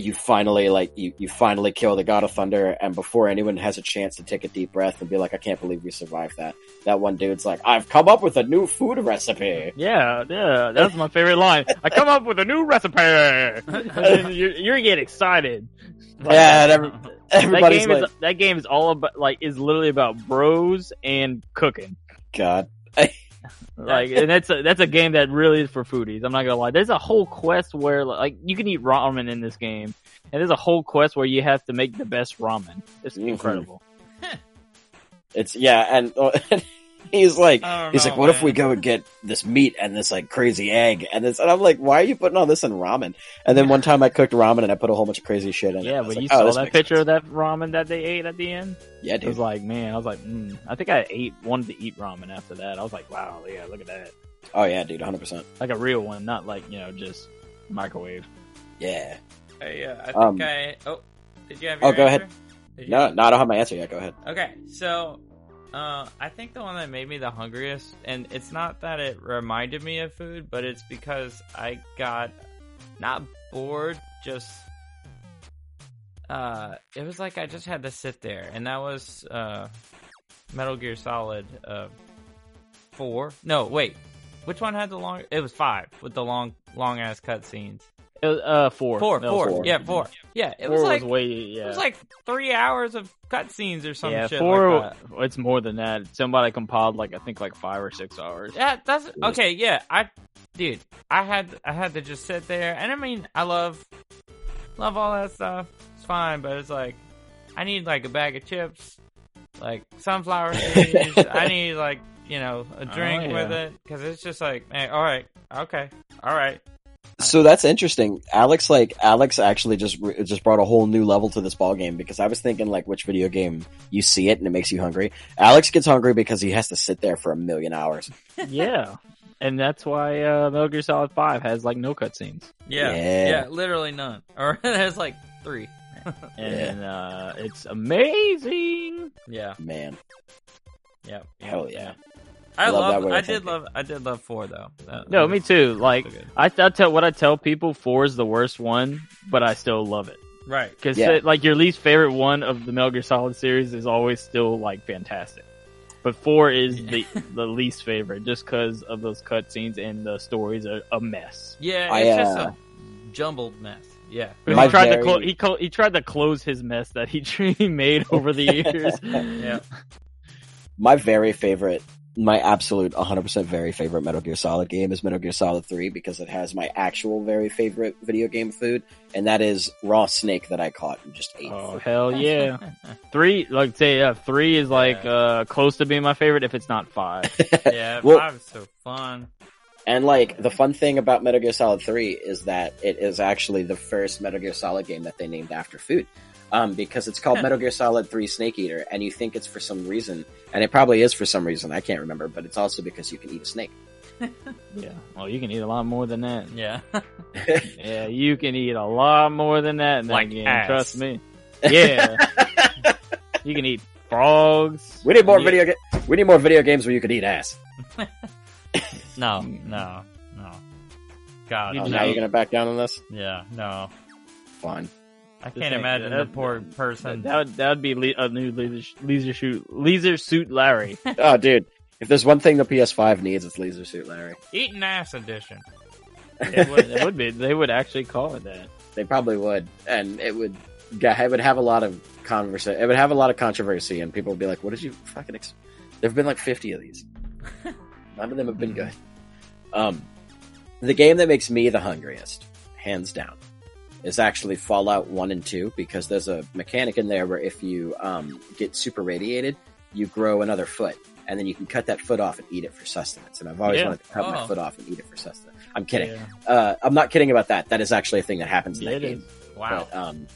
S1: you finally like you, you finally kill the god of thunder and before anyone has a chance to take a deep breath and be like i can't believe we survived that that one dude's like i've come up with a new food recipe
S3: yeah, yeah, that's my favorite line. I come up with a new recipe, and you you get excited.
S1: Yeah,
S3: That
S1: everybody's
S3: game
S1: like
S3: is that game is all about like is literally about bros and cooking.
S1: god
S3: Like, and that's a, that's a game that really is for foodies. I'm not gonna lie. There's a whole quest where like you can eat ramen in this game, and there's a whole quest where you have to make the best ramen. It's
S1: Mhm.
S3: incredible.
S1: it's yeah and oh, he's like
S2: I don't
S1: He's
S2: know,
S1: like, what if
S2: man.
S1: we go and get this meat and this like crazy egg and this? And I'm like, why are you putting all this in ramen? And then one time I cooked ramen and I put a whole bunch of crazy shit in it. I
S3: Yeah,
S1: was
S3: but
S1: like,
S3: you
S1: oh,
S3: saw
S1: this
S3: that
S1: makes
S3: picture
S1: sense.
S3: of that ramen that they ate at the end.
S1: Yeah,
S3: It was
S1: dude.
S3: like, man, I was like, mm. I think I ate wanted to eat ramen after that. I was like, wow, yeah, look at that,
S1: Oh yeah, dude, 100. percent
S3: like a real one, not like you know just microwave.
S1: Yeah.
S2: Hey, uh, I think
S1: Um,
S2: I. Oh, did you have?
S1: oh,
S2: Your
S1: go ahead.
S2: answer? Did you-
S1: No, no, I don't have my answer yet. Go ahead.
S2: Okay, so uh, I think the one that made me the hungriest, and it's not that it reminded me of food, but it's because I got not bored, just uh, it was like I just had to sit there, and that was uh, Metal Gear Solid uh, four. No, wait, which one had the long? It was five with the long, long ass cutscenes.
S3: It was, uh, four,
S2: Four,
S3: That
S2: four,
S3: was
S1: four.
S2: yeah, four, yeah. It
S3: Four
S2: was
S3: was,
S2: like
S3: way, yeah.
S2: it was like three hours of cutscenes or some
S3: yeah,
S2: shit
S3: four.
S2: like that.
S3: It's more than that. Somebody compiled like I think like five or six hours.
S2: Yeah, that's okay. Yeah, I, dude, I had I had to just sit there, and I mean, I love, love all that stuff. It's fine, but it's like, I need like a bag of chips, like sunflower seeds. I need like you know
S1: Oh,
S2: a drink
S3: yeah.
S2: with it because it's just like, man, all right, okay, all right.
S1: So that's interesting. Alex, like Alex, actually just re- just brought a whole new level to this ball game because I was thinking like which video game you see it and it makes you hungry. Alex gets hungry because he has to sit there for a million hours.
S3: yeah, and that's why uh, Metal Gear Solid Five has like no cutscenes,
S2: Yeah,
S1: Yeah.
S2: yeah, literally none. Or there's like three.
S3: and uh, it's amazing.
S2: Yeah,
S1: Man,
S2: yeah, yeah.
S1: hell yeah.
S2: I
S1: Love that
S2: love.
S1: way of
S2: I did
S1: thinking.
S2: love. I did love four though. That-
S3: No, me too. Like
S2: so good.
S3: I, I tell what I tell people, four is the worst one, but I still love it
S2: right.
S3: because
S1: Yeah.
S3: like your least favorite one of the Metal Gear Solid series is always still like fantastic. But four is the the least favorite just because of those cutscenes and the stories are a mess.
S2: Yeah,
S1: I,
S2: it's just
S1: uh,
S2: a jumbled mess. Yeah.
S3: But
S1: My
S3: he tried
S1: very-
S3: to clo- he, clo- he tried to close his mess that he, he made over the years.
S2: Yeah.
S1: my very favorite, my absolute 100% very favorite Metal Gear Solid game is Metal Gear Solid 3 because it has my actual very favorite video game food, and that is raw snake that I caught and just ate.
S3: Oh hell yeah! Three, like say, yeah, three is like
S2: Yeah.
S3: uh close to being my favorite if it's not five.
S2: yeah,
S1: Well-
S2: five is so fun.
S1: And like, the fun thing about Metal Gear Solid 3 is that it is actually the first Metal Gear Solid game that they named after food. Um, because it's called Metal Gear Solid 3 Snake Eater, and you think it's for some reason, and it probably is for some reason, I can't remember, but it's also because you can eat a snake.
S3: yeah, well, you can eat a lot more than that.
S2: Yeah.
S3: Yeah, you can eat a lot more than that in that
S2: Like
S3: game.
S2: ass.
S3: Trust me. Yeah, you can eat frogs.
S1: We need more
S3: Yeah.
S1: video ga- we need more video games where you can eat ass.
S2: No, no, no. God,
S3: You
S1: Oh,
S2: no.
S1: now you're gonna back down on this?
S2: yeah, no.
S1: Fine.
S2: I
S3: This
S2: can't
S3: ain't
S2: imagine
S3: good.
S2: the poor
S3: That
S2: person.
S3: that would, that would be le- a new laser, laser shoot, laser suit Larry.
S1: oh, dude. If there's one thing the PS5 needs, it's Laser Suit Larry.
S2: Eating ass edition.
S3: it, would, it would be. They would actually call it that.
S1: They probably would, and it would. yeah, It would have a lot of conversation. It would have a lot of controversy, and people would be like, "What did you fucking?" Ex-? There've been like fifty of these. None of them have been good. Um, the game that makes me the hungriest, hands down, is actually Fallout One and Two because there's a mechanic in there where if you um, get super radiated, you grow another foot, and then you can cut that foot off and eat it for sustenance. And I've always
S3: Yeah.
S1: wanted to cut my
S2: Oh.
S1: foot off and eat it for sustenance. I'm kidding.
S3: Yeah.
S1: Uh, I'm not kidding about that. That is actually a thing that happens in
S3: Yeah,
S1: that
S3: it
S1: game.
S3: is.
S2: Wow.
S1: But, um,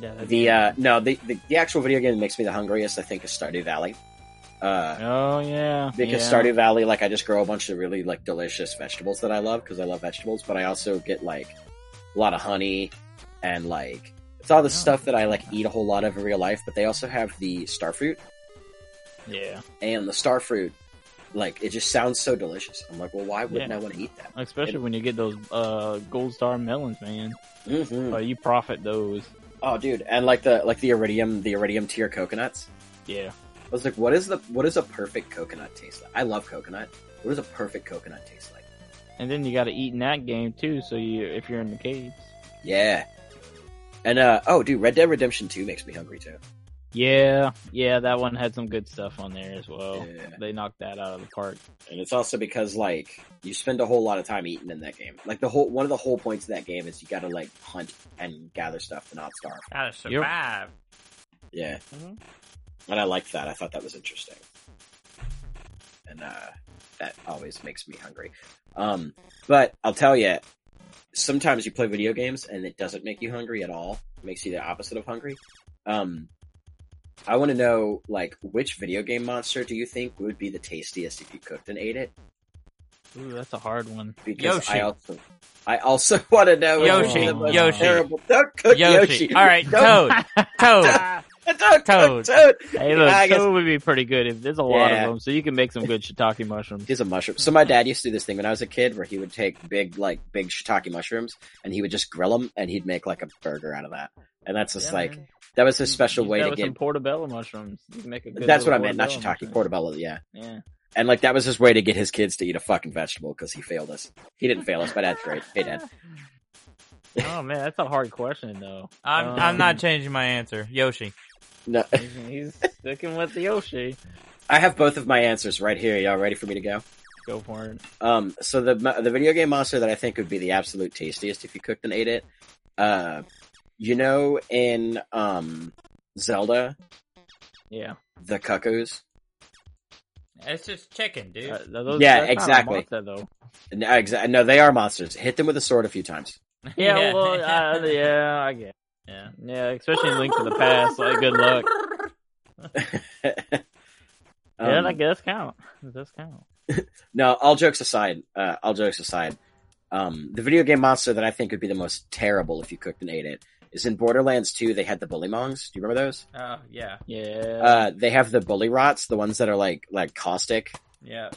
S3: Yeah, that's-
S1: the uh, no, the, the the actual video game that makes me the hungriest, I think, is Stardew Valley. Uh,
S3: Oh yeah.
S1: because
S3: yeah.
S1: Stardew Valley, like, I just grow a bunch of really like delicious vegetables that I love because I love vegetables, but I also get like a lot of honey and like it's all the
S2: Oh.
S1: stuff that I like eat a whole lot of in real life. But they also have the star fruit,
S3: Yeah.
S1: and the star fruit, like, it just sounds so delicious. I'm like, well, why wouldn't
S3: Yeah.
S1: I want to eat that?
S3: Especially when you get those uh, gold star melons, man.
S1: hmm
S3: Oh, you profit those.
S1: Oh, dude, and like the like the iridium, the iridium tier coconuts.
S3: Yeah.
S1: I was like, what is the what is a perfect coconut taste like? I love coconut. What does a perfect coconut taste like?
S3: And then you got to eat in that game too. So you, if you're in the caves.
S1: Yeah. And uh oh dude, Red Dead Redemption 2 makes me hungry too.
S3: Yeah, yeah, that one had some good stuff on there as well.
S1: Yeah.
S3: They knocked that out of the park.
S1: And it's also because like you spend a whole lot of time eating in that game. Like the whole one of the whole points of that game is you gotta like hunt and gather stuff to not starve.
S2: Gotta
S3: You're-
S2: survive.
S1: Yeah.
S2: Mhm.
S1: And I liked that. I thought that was interesting. And uh, that always makes me hungry. Um, but I'll tell you, sometimes you play video games and it doesn't make you hungry at all. It makes you the opposite of hungry. Um, I want to know, like, which video game monster do you think would be the tastiest if you cooked and ate it?
S3: Ooh, that's a hard one.
S1: Because
S2: Yoshi.
S1: I also, I also want to know. which would be
S2: Yoshi,
S1: the most
S2: Yoshi.
S1: terrible. Don't
S3: Oh,
S1: cook Yoshi.
S2: Yoshi. All right,
S1: Don't,
S2: Toad. Toad.
S3: hey,
S1: don't cook
S2: Toad.
S1: Toad.
S3: look,
S1: I guess-
S3: two would be pretty good. If there's a lot
S1: Yeah.
S3: of them, so you can make some good shiitake mushrooms.
S1: He's a mushroom. So my dad used to do this thing when I was a kid, where he would take big, like big shiitake mushrooms, and he would just grill them, and he'd make like a burger out of that. And that's just
S2: Yeah,
S1: like
S2: man.
S1: that was his special
S3: Use
S1: way
S3: that
S1: to
S3: with
S1: get.
S3: some portobello mushrooms. You can make a good
S1: That's what I
S3: little
S1: meant, not
S3: portobello
S1: shiitake,
S3: mushroom.
S1: portobello. Yeah,
S3: Yeah.
S1: and like that was his way to get his kids to eat a fucking vegetable because he failed us. He didn't fail us, but that's great. Hey, dad.
S3: Oh man, that's a hard question though.
S2: I'm
S3: Um,
S2: I'm not changing my answer. Yoshi.
S1: No,
S3: He's, he's sticking with the Yoshi.
S1: I have both of my answers right here. Y'all ready for me to go?
S3: Go for it.
S1: Um, so the the video game monster that I think would be the absolute tastiest if you cooked and ate it, uh, you know, in um Zelda,
S3: Yeah.
S1: the cuckoos.
S2: It's just chicken, dude.
S3: Uh, those-
S1: Yeah,
S3: that's not a
S1: exactly.
S3: monster, though.
S1: No, exa- no, they are monsters. Hit them with a sword a few times.
S3: Yeah, well, uh, yeah, I get. Yeah, yeah, especially in Link to the Past. Like, good luck. yeah,
S1: Um,
S3: that does count. That does count.
S1: no, all jokes aside, uh, all jokes aside, um, the video game monster that I think would be the most terrible if you cooked and ate it is in Borderlands 2, they had the bully mongs. Do you remember those?
S2: Oh yeah,
S3: Yeah,
S1: Uh, they have the bully rots, the ones that are like, like caustic.
S2: yeah,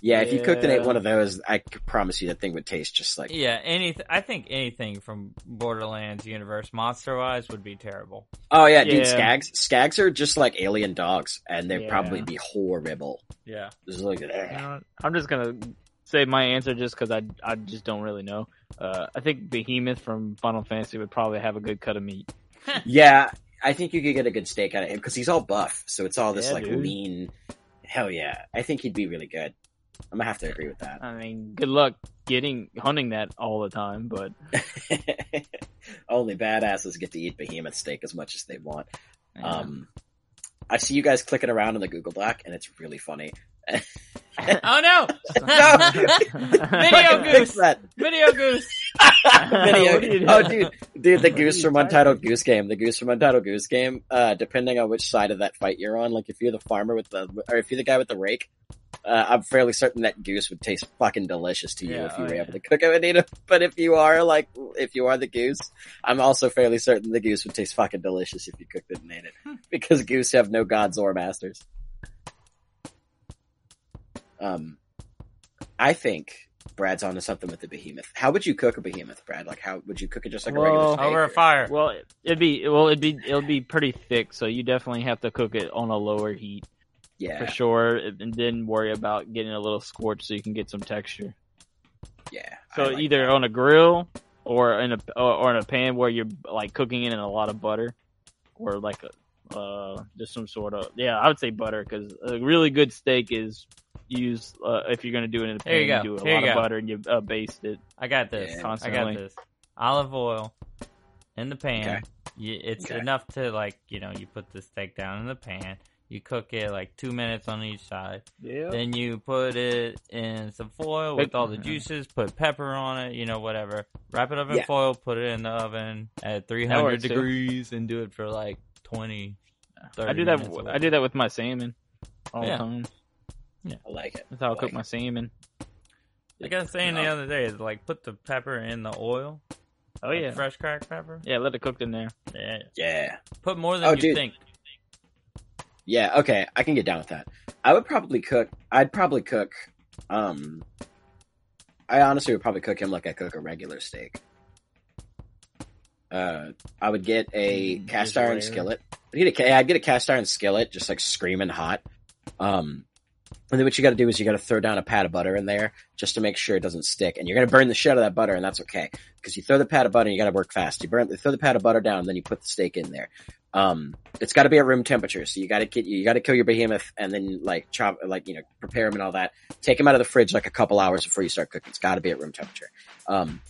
S1: Yeah, if you cooked and ate
S3: Yeah.
S1: one of those, I could promise you that thing would taste just like,
S2: yeah. Anything. I think anything from Borderlands universe, monster wise, would be terrible.
S1: oh yeah, dude,
S3: Yeah.
S1: skags, skags are just like alien dogs and they'd
S3: Yeah.
S1: probably be horrible.
S2: Yeah.
S1: Just like,
S3: You
S1: ugh.
S3: know what? I'm just gonna say my answer just because I I just don't really know. Uh, I think Behemoth from Final Fantasy would probably have a good cut of meat.
S1: Yeah, I think you could get a good steak out of him because he's all buff, so it's all this
S3: Yeah,
S1: like
S3: dude.
S1: lean. Hell yeah, I think he'd be really good. I'm gonna have to agree with that.
S3: I mean, good luck getting hunting that all the time, but
S1: Only badasses get to eat behemoth steak as much as they want. Um, I see you guys clicking around on the Google Doc, and it's really funny.
S2: oh no!
S1: Fucking fix
S2: goose.
S1: that.
S2: Video goose.
S3: What do you
S1: Video.
S3: do?
S1: oh, dude, dude, the
S3: What are
S1: goose
S3: you
S1: from
S3: talking-
S1: Untitled Goose Game. The goose from Untitled Goose Game. Uh, depending on which side of that fight you're on, like if you're the farmer with the, or if you're the guy with the rake, uh, I'm fairly certain that goose would taste fucking delicious to you
S2: Yeah,
S1: if you
S2: oh,
S1: were
S2: yeah.
S1: able to cook it and eat it. But if you are like, if you are the goose, I'm also fairly certain the goose would taste fucking delicious if you cooked it and ate it, because goose have no gods or masters. Um, I think Brad's onto something with the behemoth. How would you cook a behemoth, Brad? Like, how would you cook it just like a
S3: Well,
S1: regular steak?
S2: Over
S1: or-
S2: a fire.
S3: Well, it- it'd be well, it'd be it'll be pretty thick, so you definitely have to cook it on a lower heat
S1: yeah,
S3: for sure, and then worry about getting a little scorched so you can get some texture.
S1: yeah.
S3: So
S1: I like
S3: either on a grill or in a or, or in a pan where you're like cooking it in a lot of butter or like a, uh just some sort of yeah I would say butter because a really good steak is use uh, if you're gonna do it in a pan
S2: There you go.
S3: do a
S2: Here you
S3: lot of
S2: go.
S3: butter and you uh, baste it
S2: I got this.
S1: Yeah.
S2: I
S3: Constantly.
S2: got this. Olive oil in the pan.
S1: Okay.
S2: You, it's
S1: Okay.
S2: enough to like you know you put the steak down in the pan. You cook it like two minutes on each side.
S3: yeah
S2: Then you put it in some foil with all the juices. Put pepper on it. You know whatever. Wrap it up in
S1: Yeah.
S2: foil. Put it in the oven at
S3: That
S2: 300
S3: works, too.
S2: degrees and do it for like 20. 30
S3: I do that
S2: minutes or
S3: I do that with my salmon all
S2: Yeah.
S3: the time
S1: I like it.
S3: that's how I
S1: Like-
S3: cook my salmon
S2: Like I was saying the
S1: No.
S2: other day, is like put the pepper in the oil.
S3: oh
S2: like
S3: yeah
S2: fresh cracked pepper.
S3: yeah let it cook in there
S2: Yeah,
S1: Yeah,
S2: put more than
S1: Oh,
S2: you
S1: dude.
S2: think.
S1: yeah. Okay, I can get down with that. I would probably cook. I'd probably cook. Um, I honestly would probably cook him like I cook a regular steak. Uh, I would get a
S3: Mm,
S1: cast
S3: just
S1: iron
S3: layer.
S1: skillet. I'd get, a, ca- I'd get a cast iron skillet, just like screaming hot. Um, and then what you got to do is you got to throw down a pat of butter in there just to make sure it doesn't stick. And you're gonna burn the shit out of that butter, and that's okay because you throw the pat of butter, you got to work fast. You burn, you throw the pat of butter down, and then you put the steak in there. Um, it's got to be at room temperature, so you got to get you got to kill your behemoth, and then like chop, like you know, prepare him and all that. Take him out of the fridge like a couple hours before you start cooking. It's got to be at room temperature. Um,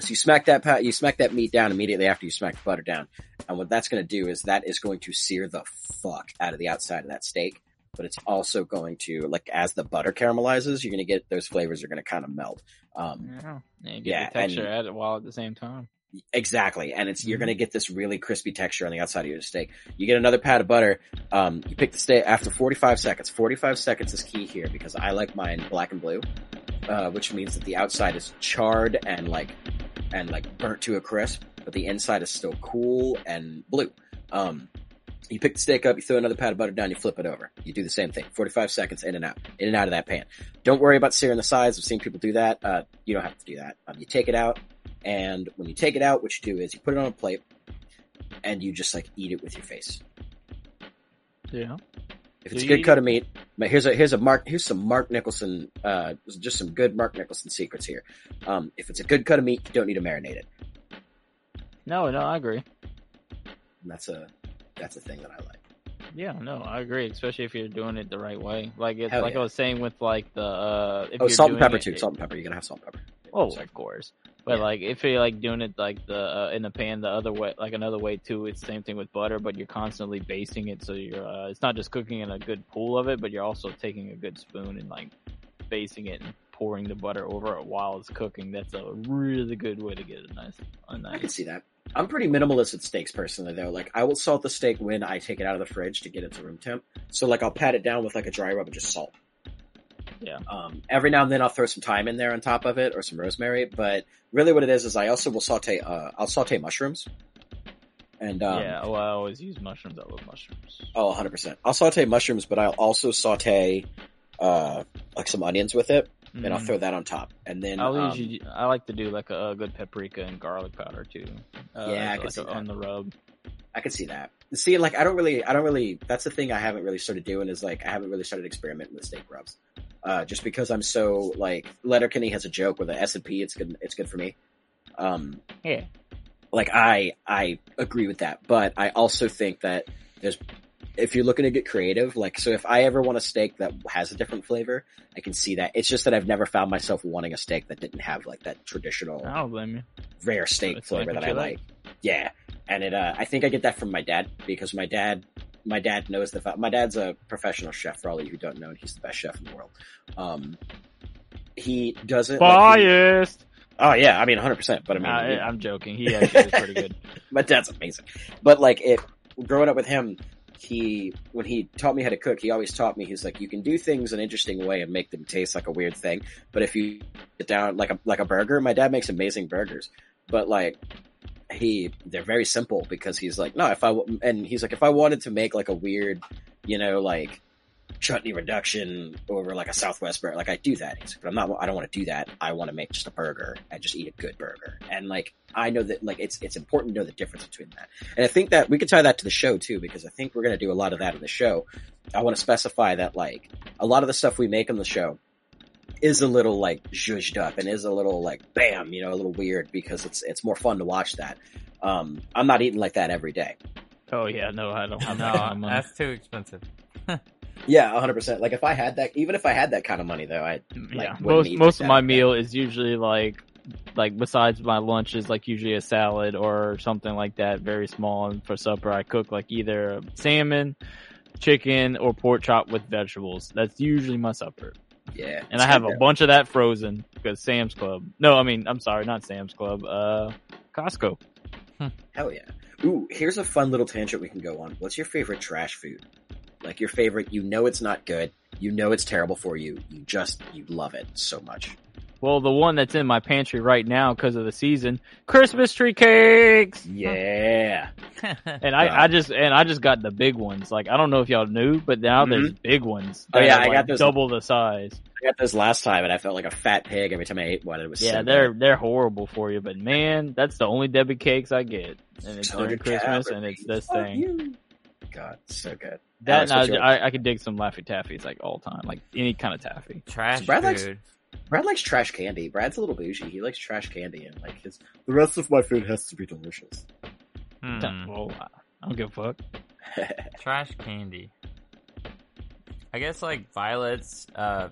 S1: so you smack that pat, you smack that meat down immediately after you smack the butter down, and what that's going to do is that is going to sear the fuck out of the outside of that steak. But it's also going to like as the butter caramelizes, you're going to get those flavors are going to kind of melt. Um,
S3: yeah and get
S1: Yeah,
S3: the texture
S1: and-
S3: at it while at the same time
S1: Exactly, and it's you're
S3: Mhm.
S1: gonna get this really crispy texture on the outside of your steak. You get another pat of butter. Um, you pick the steak after 45 seconds. 45 seconds is key here because I like mine black and blue, uh, which means that the outside is charred and like and like burnt to a crisp, but the inside is still cool and blue. Um, you pick the steak up, you throw another pat of butter down, you flip it over. You do the same thing. 45 seconds in and out, in and out of that pan. Don't worry about searing the sides. I've seen people do that. Uh, you don't have to do that. Um, you take it out, and when you take it out, what you do is you put it on a plate, and you just like eat it with your face.
S3: yeah
S1: If it's a
S3: Do you
S1: good
S3: eat
S1: cut of meat, but here's a here's a Mark here's some Mark Nicholson uh just some good Mark Nicholson secrets here. Um, if it's a good cut of meat, you don't need to marinate it.
S3: no no I agree
S1: And that's a that's a thing that I like.
S3: Yeah, no, I agree. Especially if you're doing it the right way. Like it's
S1: Hell
S3: like
S1: yeah.
S3: I was saying with like the uh, if
S1: oh,
S3: you're
S1: salt and
S3: doing
S1: pepper
S3: it-
S1: too. Salt and pepper. You gotta have salt and pepper.
S3: Oh,
S1: Sorry.
S3: of course. But
S1: Yeah.
S3: like if you're like doing it like the uh, in the pan the other way, like another way too, it's the same thing with butter. But you're constantly basting it, so you're uh, it's not just cooking in a good pool of it, but you're also taking a good spoon and like basting it and pouring the butter over it while it's cooking. That's a really good way to get a nice a
S1: I can
S3: nice.
S1: see that. I'm pretty minimalist at steaks personally though. Like I will salt the steak when I take it out of the fridge to get it to room temp. So like I'll pat it down with like a dry rub and just salt.
S3: Yeah.
S1: Um, every now and then I'll throw some thyme in there on top of it or some rosemary, but really what it is is I also will saute, uh, I'll saute mushrooms and, um,
S3: yeah, well, I always use mushrooms. I love mushrooms.
S1: Oh, 100%. I'll saute mushrooms, but I'll also saute, uh, like some onions with it and I'll
S3: Mhm.
S1: throw that on top. And then,
S3: I'll
S1: um,
S3: usually I like to do like a, a good paprika and garlic powder too. Uh,
S1: Yeah, I
S3: like
S1: can see that.
S3: on the rub.
S1: I could see that. See, like, I don't really, I don't really, that's the thing I haven't really started doing is like, I haven't really started experimenting with steak rubs. Uh, just because I'm so, like, Letterkenny has a joke with the S&P, it's good, it's good for me. Um,
S3: Yeah,
S1: like, I, I agree with that, but I also think that there's, if you're looking to get creative, like, so if I ever want a steak that has a different flavor, I can see that. It's just that I've never found myself wanting a steak that didn't have, like, that traditional
S3: I don't blame you.
S1: rare steak
S3: It's
S1: flavor
S3: like
S1: that
S3: what
S1: I
S3: you
S1: like. Yeah, and it. Uh, I think I get that from my dad because my dad, my dad knows the. fa- My dad's a professional chef. For all of you who don't know, he's the best chef in the world. Um, he doesn't. like, he-
S3: Biased.
S1: oh yeah, I mean, hundred percent. But I mean,
S3: I, I'm joking. He actually is pretty good.
S1: my dad's amazing. But like it, growing up with him, he when he taught me how to cook, he always taught me he's like you can do things an interesting way and make them taste like a weird thing. But if you sit down like a like a burger, my dad makes amazing burgers, but like he they're very simple because he's like no if I w- and he's like if I wanted to make like a weird you know like chutney reduction over like a Southwest burger. Like I do that, He's like, but I'm not. I don't want to do that. I want to make just a burger and just eat a good burger. And like I know that like it's it's important to know the difference between that. And I think that we could tie that to the show too because I think we're gonna do a lot of that in the show. I want to specify that like a lot of the stuff we make on the show is a little like zhuzhed up and is a little like bam, you know, a little weird because it's it's more fun to watch that. Um, I'm not eating like that every day.
S3: Oh yeah, no, I don't. I'm not.
S2: No,
S3: I'm, uh,
S2: that's too expensive.
S1: Yeah, 100. percent Like if I had that, even if I had that kind of money though, I
S3: yeah,
S1: wouldn't
S3: most
S1: eat
S3: most
S1: that.
S3: of my meal is usually like like besides my lunch is like usually a salad or something like that, very small. And for supper, I cook like either salmon, chicken, or pork chop with vegetables. That's usually my supper.
S1: yeah,
S3: And I have a bunch of that frozen because Sam's Club. No, I mean, I'm sorry, not Sam's Club. Uh, Costco.
S1: hell yeah. Ooh, here's a fun little tangent we can go on. What's your favorite trash food? Like your favorite, you know it's not good, you know it's terrible for you, you just you love it so much.
S3: Well, the one that's in my pantry right now because of the season, Christmas tree cakes.
S1: Yeah,
S3: And I,
S1: Yeah.
S3: I just and I just got the big ones. Like I don't know if y'all knew, but now there's big ones.
S1: Mm-hmm. Oh,
S3: that
S1: yeah,
S3: are,
S1: I
S3: like,
S1: got those-
S3: double the size.
S1: I got those last time, and I felt like a fat pig every time I ate one. It was
S3: Yeah,
S1: so
S3: they're they're horrible for you, but man, that's the only Debbie cakes I get, and it's during
S1: 600
S3: Christmas, and it's
S1: calories.
S3: this
S1: Fuck
S3: thing.
S1: you. God, so good.
S3: That
S1: Alex, what's
S3: and
S1: yours?
S3: I, I, I could dig some Laffy Taffy's like all time, like any kind of taffy.
S2: Trash
S1: Brad likes-
S2: food.
S1: Brad likes trash candy. Brad's a little bougie. He likes trash candy, and like his the rest of my food has to be delicious. Mm.
S2: Hmm,
S3: Well, I I don't give a fuck.
S2: trash candy. I guess like violets. Uh,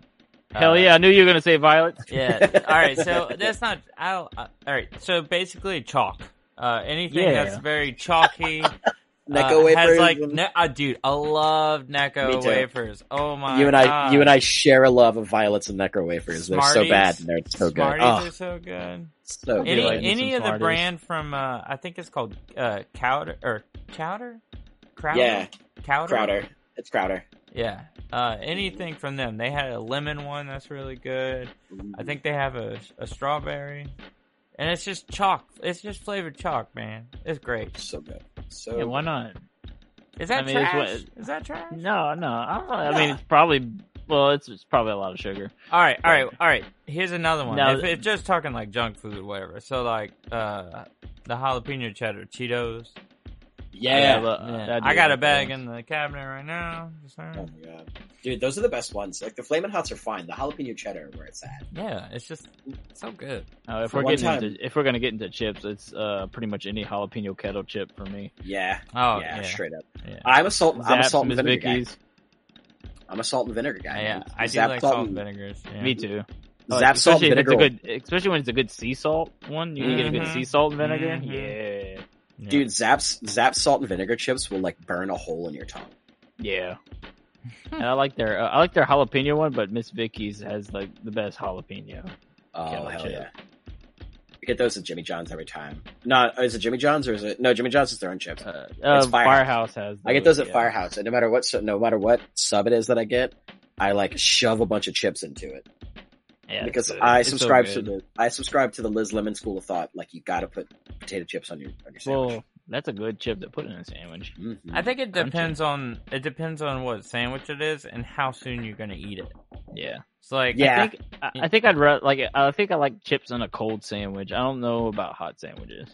S3: Hell
S2: uh,
S3: yeah, I knew you were gonna say violets.
S2: Yeah. All right. So that's not. I don't. Uh, all right. So basically, chalk. Uh, anything
S3: Yeah.
S2: that's very chalky.
S1: Necco
S2: uh, has
S1: wafers
S2: like,
S1: and-
S2: ne- uh, dude, I love Necco
S1: Me too.
S2: wafers. Oh my!
S1: you and I,
S2: God.
S1: you and I share a love of violets and necro wafers. They're so
S2: Smarties.
S1: bad and they're so good.
S2: Smarties
S1: Oh,
S2: are so good.
S1: so
S3: do
S2: Any
S3: like
S1: good.
S3: me
S2: any
S3: some
S2: of the
S3: Smarties.
S2: brand from uh, I think it's called uh, Cowder or Chowder, Crowder,
S1: Yeah,
S2: Cowder,
S1: Crowder. It's Crowder.
S2: yeah. Uh, anything from them? They had a lemon one that's really good. I think they have a, a strawberry, and it's just chalk. It's just flavored chalk, man. It's great.
S1: so good. So
S3: Yeah, why not?
S2: Is that
S3: I mean, it's
S2: trash?
S3: what-
S2: Is that trash?
S3: No, no. I, I
S1: Nah.
S3: mean, it's probably well, it's, it's probably a lot of sugar.
S2: All right, all right, all right. Here's another one.
S3: Now-
S2: if it's just talking like junk food or whatever, so like uh, the jalapeno cheddar Cheetos.
S1: yeah.
S3: I, lo-
S2: Yeah.
S3: do
S2: I got a
S3: like
S2: bag
S3: those.
S2: in the cabinet right now. Just
S1: Oh
S2: saying.
S1: my god, dude, those are the best ones. Like the flamin' hots are fine. The jalapeno cheddar, where it's at.
S2: Yeah, it's just so good.
S3: Uh, if
S1: For
S3: we're
S1: one
S3: getting
S1: time.
S3: into, if we're gonna get into chips, it's uh pretty much any jalapeno kettle chip for me.
S1: Yeah, yeah,
S2: Oh yeah, yeah.
S1: straight up.
S2: Yeah.
S1: I'm a salt. I'm a
S3: Zapp's,
S1: salt and
S3: Miss
S1: vinegar guy.
S3: Vicky's.
S1: I'm a salt and vinegar guy. man.
S2: I do
S1: Zap
S2: like salt and Oh, vinegars. Yeah.
S3: Me too. I like-
S1: Zap salt
S3: especially
S1: and
S3: if it's a
S1: vinegar.
S3: good, especially when it's a good sea salt one. You can get a good
S2: Mhm.
S3: sea salt and vinegar. Yeah,
S2: Yeah.
S1: Dude, Zaps Zap salt and vinegar chips will like burn a hole in your tongue.
S3: yeah. and I like their, uh, I like their jalapeno one, but Miss Vicky's has like the best jalapeno.
S1: Oh
S3: Kettle
S1: hell
S3: chip.
S1: yeah! We get those at Jimmy John's every time. No, is it Jimmy John's or is it no? Jimmy John's is their own chips.
S3: Uh, uh,
S1: Firehouse.
S3: Firehouse has.
S1: I get those at
S3: yeah.
S1: Firehouse, and no matter what, su- no matter what sub it is that I get, I like shove a bunch of chips into it
S3: Yeah,
S1: because
S3: it's good.
S1: I
S3: It's so
S1: subscribe to
S3: good.
S1: the I subscribe to the Liz Lemon school of thought. Like you got to put potato chips on your on your sandwich.
S3: Well, that's a good chip to put in a sandwich.
S1: Mhm.
S2: I think it
S3: Crunchy.
S2: depends on it depends on what sandwich it is and how soon you're gonna eat it.
S3: Yeah.
S2: It's like
S1: Yeah.
S3: I think, I, I think I'd rather like I think I like chips on a cold sandwich. I don't know about hot sandwiches.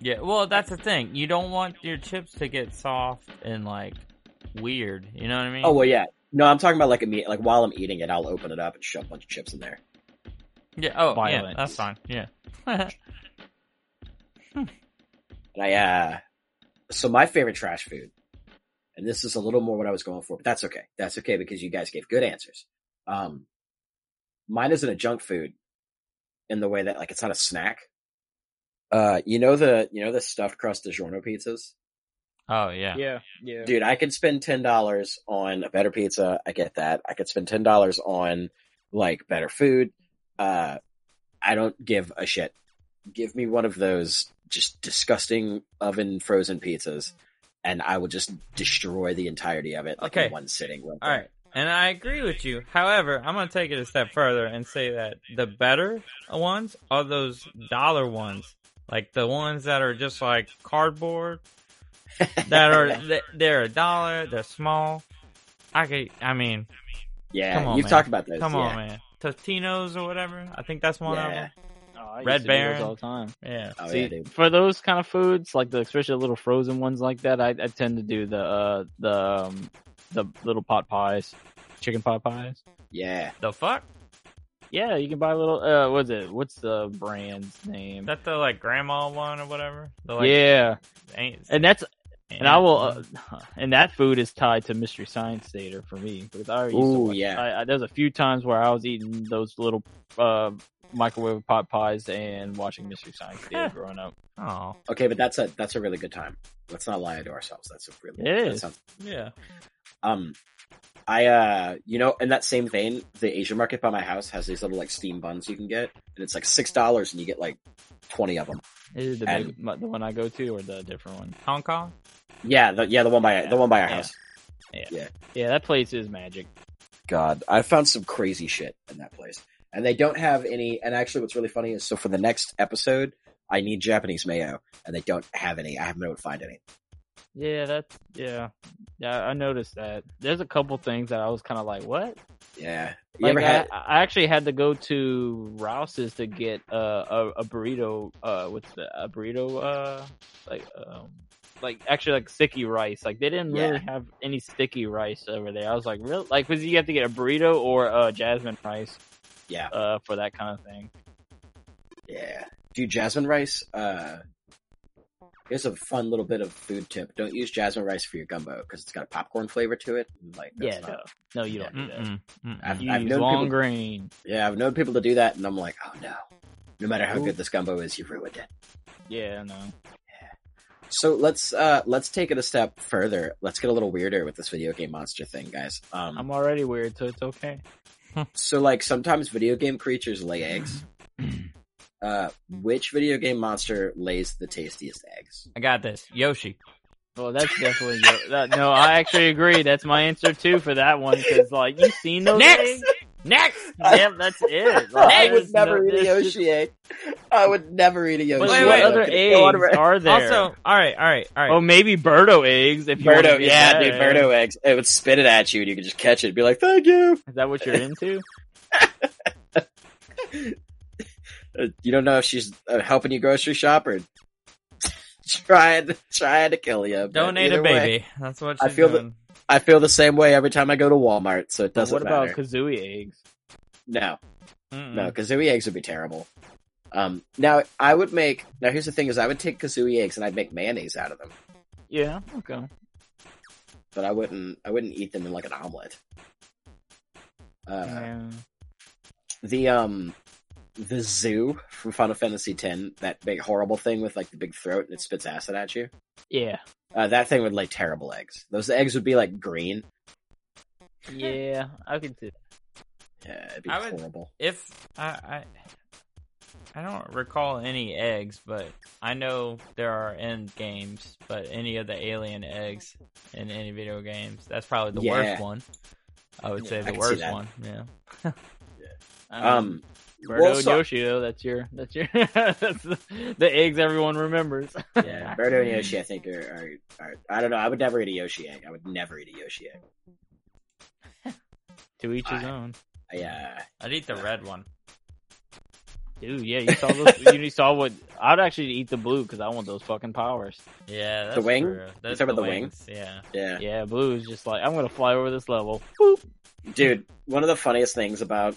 S2: Yeah, well, that's the thing. You don't want your chips to get soft and like weird. You know what I mean?
S1: oh well, yeah. No, I'm talking about like a meat. Like while I'm eating it, I'll open it up and shove a bunch of chips in there.
S2: yeah. Oh, yeah.
S3: Violent.
S2: That's fine. Yeah.
S1: And I, uh, so my favorite trash food, and this is a little more what I was going for, but that's okay. That's okay because you guys gave good answers. Um, mine isn't a junk food in the way that like it's not a snack. Uh, you know the, you know the stuffed crust DiGiorno pizzas?
S2: Oh yeah.
S3: Yeah, yeah.
S1: Dude, I could spend $10 on a better pizza. I get that. I could spend $10 on like better food. Uh, I don't give a shit. Give me one of those just disgusting oven frozen pizzas and I will just destroy the entirety of it like
S2: Okay.
S1: in one sitting. All
S2: All right. And I agree with you. However, I'm gonna take it a step further and say that the better ones are those dollar ones, like the ones that are just like cardboard, that are th- they're a dollar, they're small, I could, I mean,
S1: Yeah,
S2: Come on,
S1: you've
S2: man.
S1: talked about this.
S2: come
S1: yeah.
S2: on, man. Totinos or whatever. I think that's one
S1: Yeah.
S2: of
S3: Oh, I used
S2: Red
S3: to do those
S2: Baron.
S3: all the time.
S2: them. Yeah.
S1: Oh,
S3: See,
S1: yeah, dude.
S3: for those kind of foods, like the especially the little frozen ones like that, I, I tend to do the uh, the um, the little pot pies, chicken pot pies.
S1: Yeah.
S2: The fuck?
S3: Yeah, you can buy little. Uh, what's it? What's the brand's name?
S2: Is that the like grandma one or whatever? The, like,
S3: yeah,
S2: aunt-
S3: and that's and I
S2: aunt
S3: will. Uh,
S2: one?
S3: and that food is tied to Mystery Science Theater for me because I already. Used to
S1: Ooh,
S3: watch-
S1: yeah.
S3: I, I, there's a few times where I was eating those little uh, microwave pot pies and watching Mystery Science Theater growing up.
S2: Oh,
S1: Okay, but that's a that's a really good time. Let's not lie to ourselves. That's a really
S3: It
S1: that
S3: is.
S1: sounds-
S2: yeah.
S1: um, I uh, you know, in that same vein, the Asian market by my house has these little like steam buns you can get, and it's like
S3: Mm.
S1: six dollars, and you get like twenty of them.
S3: Is it the,
S1: And-
S3: big, my- the one I go to or the different one?
S2: Hong Kong?
S1: Yeah, the, yeah, the one by the one by our
S3: Yeah.
S1: house.
S3: Yeah, that place is magic.
S1: God, I found some crazy shit in that place, and they don't have any. And actually, what's really funny is, so for the next episode, I need Japanese mayo, and they don't have any. I haven't been able to find any.
S3: Yeah, that's yeah. Yeah, I noticed that. There's a couple things that I was kind of like, what?
S1: Yeah, you
S3: Like,
S1: ever
S3: I,
S1: had?
S3: I actually had to go to Rouse's to get uh, a a burrito. Uh, what's the a burrito? Uh, like um, like actually like sticky rice. Like they didn't
S1: Yeah.
S3: really have any sticky rice over there. I was like, really? Like, was you have to get a burrito or uh jasmine rice?
S1: Yeah.
S3: Uh, for that kind of thing.
S1: Yeah. Dude, jasmine rice, uh, here's a fun little bit of food tip. Don't use jasmine rice for your gumbo because it's got a popcorn flavor to it. and, Like, that's
S3: yeah.
S1: not-
S3: No, no, you don't do that.
S2: Mm-mm. Mm-mm.
S1: I've,
S3: You
S1: I've
S3: use
S1: known
S3: long
S1: people,
S3: grain.
S1: yeah, I've known people to do that and I'm like, oh no. No matter how
S3: Ooh.
S1: good this gumbo is, you ruined it.
S3: Yeah. No.
S1: So let's, uh, let's take it a step further. Let's get a little weirder with this video game monster thing, guys. Um,
S3: I'm already weird, so it's okay.
S1: so like sometimes video game creatures lay eggs. Uh, which video game monster lays the tastiest eggs?
S2: I got this. Yoshi.
S3: Well, that's definitely yo- that, no. I actually agree. That's my answer too for that one because like you seen those
S2: Next!
S3: things?
S2: Next!
S3: Yeah, that's it. Like,
S1: I would
S3: there's no-
S1: never eat a
S3: there's
S1: Yoshi
S3: just-
S1: egg. I would never eat a Yoshi
S3: What,
S2: Wait,
S1: egg.
S2: wait.
S3: what other
S1: I could go on
S3: eggs
S1: forever.
S3: are there?
S2: Also, all right, all right, all right.
S1: Um,
S3: oh, maybe Birdo eggs. If you wanna
S1: Birdo,
S3: get
S1: yeah,
S3: that,
S1: dude,
S3: eh?
S1: Birdo eggs. It would spit it at you, and you could just catch it and be like, "Thank you."
S3: Is that what you're into?
S1: Uh, You don't know if she's uh, helping you grocery shop or trying trying to kill you. but
S2: Donate
S1: either
S2: a
S1: way,
S2: baby. That's what
S1: I
S2: she's
S1: feel that-
S2: doing.
S1: I feel the same way every time I go to Walmart, so it
S3: But
S1: doesn't
S3: what
S1: matter.
S3: about Hmm. Kazooie eggs?
S1: no,
S2: Mm-mm.
S1: no, Kazooie eggs would be terrible. Um, now I would make. Now here's the thing: is I would take Kazooie eggs and I'd make mayonnaise out of them,
S3: Yeah. Okay.
S1: but I wouldn't. I wouldn't eat them in like an omelet. Uh,
S3: Yeah.
S1: the um the zoo from Final Fantasy X, that big horrible thing with like the big throat and it spits acid at you.
S3: Yeah.
S1: Uh, that thing would lay terrible eggs. Those eggs would be like green.
S3: Yeah. I could see.
S1: Yeah, it'd be
S2: I would-
S1: horrible.
S2: if I, I I don't recall any eggs, but I know there are end games, but any of the alien eggs in any video games, that's probably the
S1: Yeah.
S2: worst one. I would
S1: Yeah,
S2: say
S1: I
S2: the
S1: can see
S2: worst
S1: that.
S2: one. Yeah.
S1: Um,
S3: Birdo
S1: well,
S3: and
S1: so-
S3: Yoshi though. That's your. That's your. that's the, the eggs everyone remembers.
S1: yeah, Birdo and Yoshi, I think are, are are. I don't know. I would never eat a Yoshi egg. I would never eat a Yoshi egg.
S3: to each his
S1: I- uh,
S3: own.
S1: Yeah,
S2: I'd eat the red one.
S3: Dude, yeah, you saw those, you saw what I'd actually eat the blue because I want those fuking powers.
S2: Yeah, that's
S1: The wing?
S2: true. That's
S1: talking about the wing?
S2: wings. Yeah.
S1: yeah,
S3: Yeah, blue is just like I'm gonna fly over this level.
S1: dude. One of the funniest things about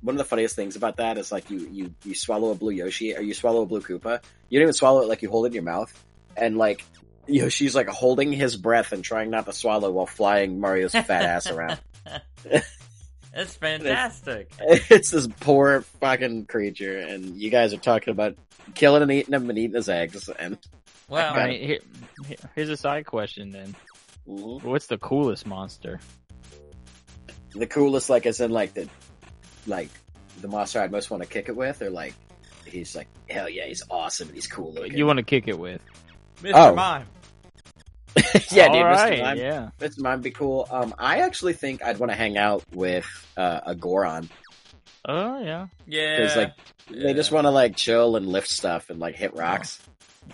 S1: one of the funniest things about that is like you you you swallow a blue Yoshi or you swallow a blue Koopa. You don't even swallow it; like you hold it in your mouth, and like Yoshi's like holding his breath and trying not to swallow while flying Mario's fat ass around.
S2: That's fantastic.
S1: It's this poor fucking creature, and you guys are talking about killing and eating him and eating his eggs. And
S2: Well,
S3: All right, here, here- here's a side question then. What's the coolest monster?
S1: the coolest, like, is in like the like the monster I'd most want to kick it with, or like he's like hell yeah, he's awesome and he's cool. Looking.
S3: You want to kick it with?
S2: Mr.
S1: Oh.
S2: Mime.
S1: yeah, dude, Mr.
S3: All right,
S1: Mime.
S3: yeah.
S1: Mr. Mime would be cool. Um, I actually think I'd want to hang out with uh, a Goron
S3: Oh yeah,
S2: Yeah.
S1: because, like,
S2: Yeah.
S1: they just want to like chill and lift stuff and like hit rocks.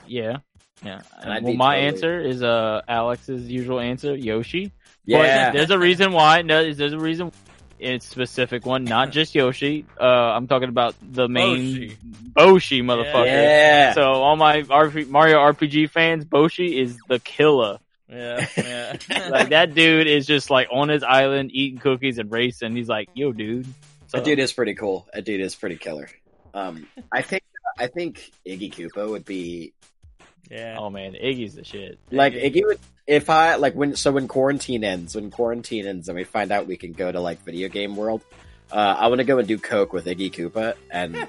S3: yeah, yeah.
S1: And I'd
S3: well,
S1: be
S3: my
S1: totally-
S3: answer is uh Alex's usual answer, Yoshi.
S1: Yeah.
S3: But there's a reason why. No, there's a reason. It's a specific one, not just Yoshi. Uh, I'm talking about the main
S2: Boshi.
S3: Boshi, motherfucker.
S1: yeah.
S3: So all my RP- Mario RPG fans, Boshi is the killer.
S2: Yeah, yeah.
S3: Like that dude is just like on his island eating cookies and racing. He's like, yo, dude. So,
S1: That dude is pretty cool. That dude is pretty killer. Um, I think I think Iggy Koopa would be
S2: yeah.
S3: Oh man, Iggy's the shit.
S1: like Iggy would if I like when so when quarantine ends when quarantine ends and we find out we can go to like video game world. Uh, I want to go and do coke with Iggy Koopa and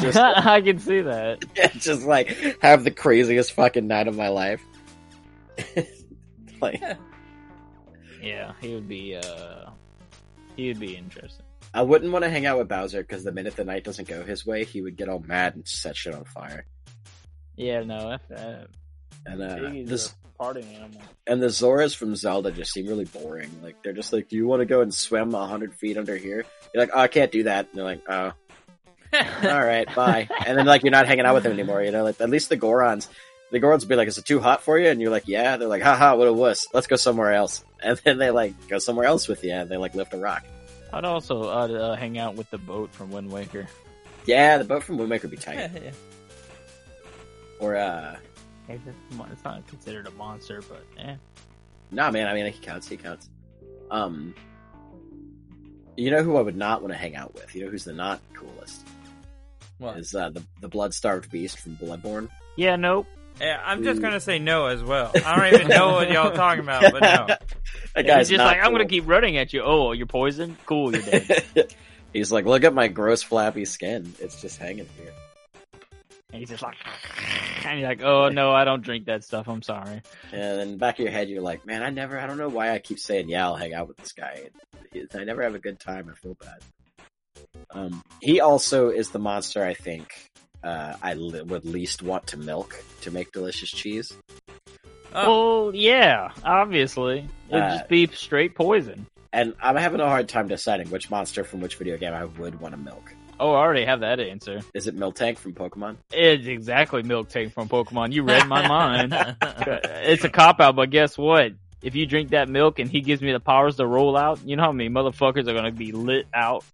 S1: Just-
S3: I can see that.
S1: just like have the craziest fucking night of my life. like
S3: Yeah, he would be. uh He would be interesting.
S1: I wouldn't want to hang out with Bowser because the minute the night doesn't go his way, he would get all mad and set shit on fire.
S3: Yeah, no, F that.
S1: And uh,
S3: Iggy's
S1: this
S3: a partying animal.
S1: and the Zoras from Zelda just seem really boring. Like they're just like, "Do you want to go and swim hundred feet under here?" You're like, "Oh, I can't do that." And they're like, "Oh, all right, bye." And then like you're not hanging out with them anymore. You know, like at least the Gorons, the Gorons would be like, "Is it too hot for you?" And you're like, "Yeah." They're like, "Haha, what a wuss! Let's go somewhere else." And then they like go somewhere else with you, and they like lift a rock.
S3: I'd also uh, uh, hang out with the boat from Wind Waker.
S1: Yeah, the boat from Windmaker would be tight.
S2: Yeah.
S1: Or uh,
S3: It's it's not considered a monster, but eh.
S1: nah, man. I mean, he counts. He counts. Um, you know who I would not want to hang out with? You know who's the not coolest?
S2: Well,
S1: is uh, the the blood starved beast from Bloodborne.
S3: Yeah, nope.
S2: yeah, I'm just gonna say no as well. I don't even know what y'all talking about, but no.
S1: that
S3: He's
S1: guy's
S3: just
S1: not
S3: like, I'm
S1: cool.
S3: gonna keep running at you. Oh, you're poisoned? Cool, you're dead.
S1: He's like, look at my gross flappy skin. It's just hanging here.
S3: and he's just like, and you're like, oh no, I don't drink that stuff. I'm sorry.
S1: And then back of your head, you're like, man, I never. I don't know why I keep saying, yeah, I'll hang out with this guy. I never have a good time. I feel bad. Um, he also is the monster. I think uh, I li- would least want to milk to make delicious cheese.
S2: Oh,
S3: Well, yeah, obviously, it'd
S1: Uh,
S3: just be straight poison.
S1: And I'm having a hard time deciding which monster from which video game I would want to milk.
S3: Oh, I already have that answer.
S1: Is it Miltank from Pokemon?
S3: It's exactly milk tank from Pokemon. You read my mind. it's a cop out, but guess what? If you drink that milk and he gives me the powers to roll out, you know how many motherfuckers are gonna be lit out?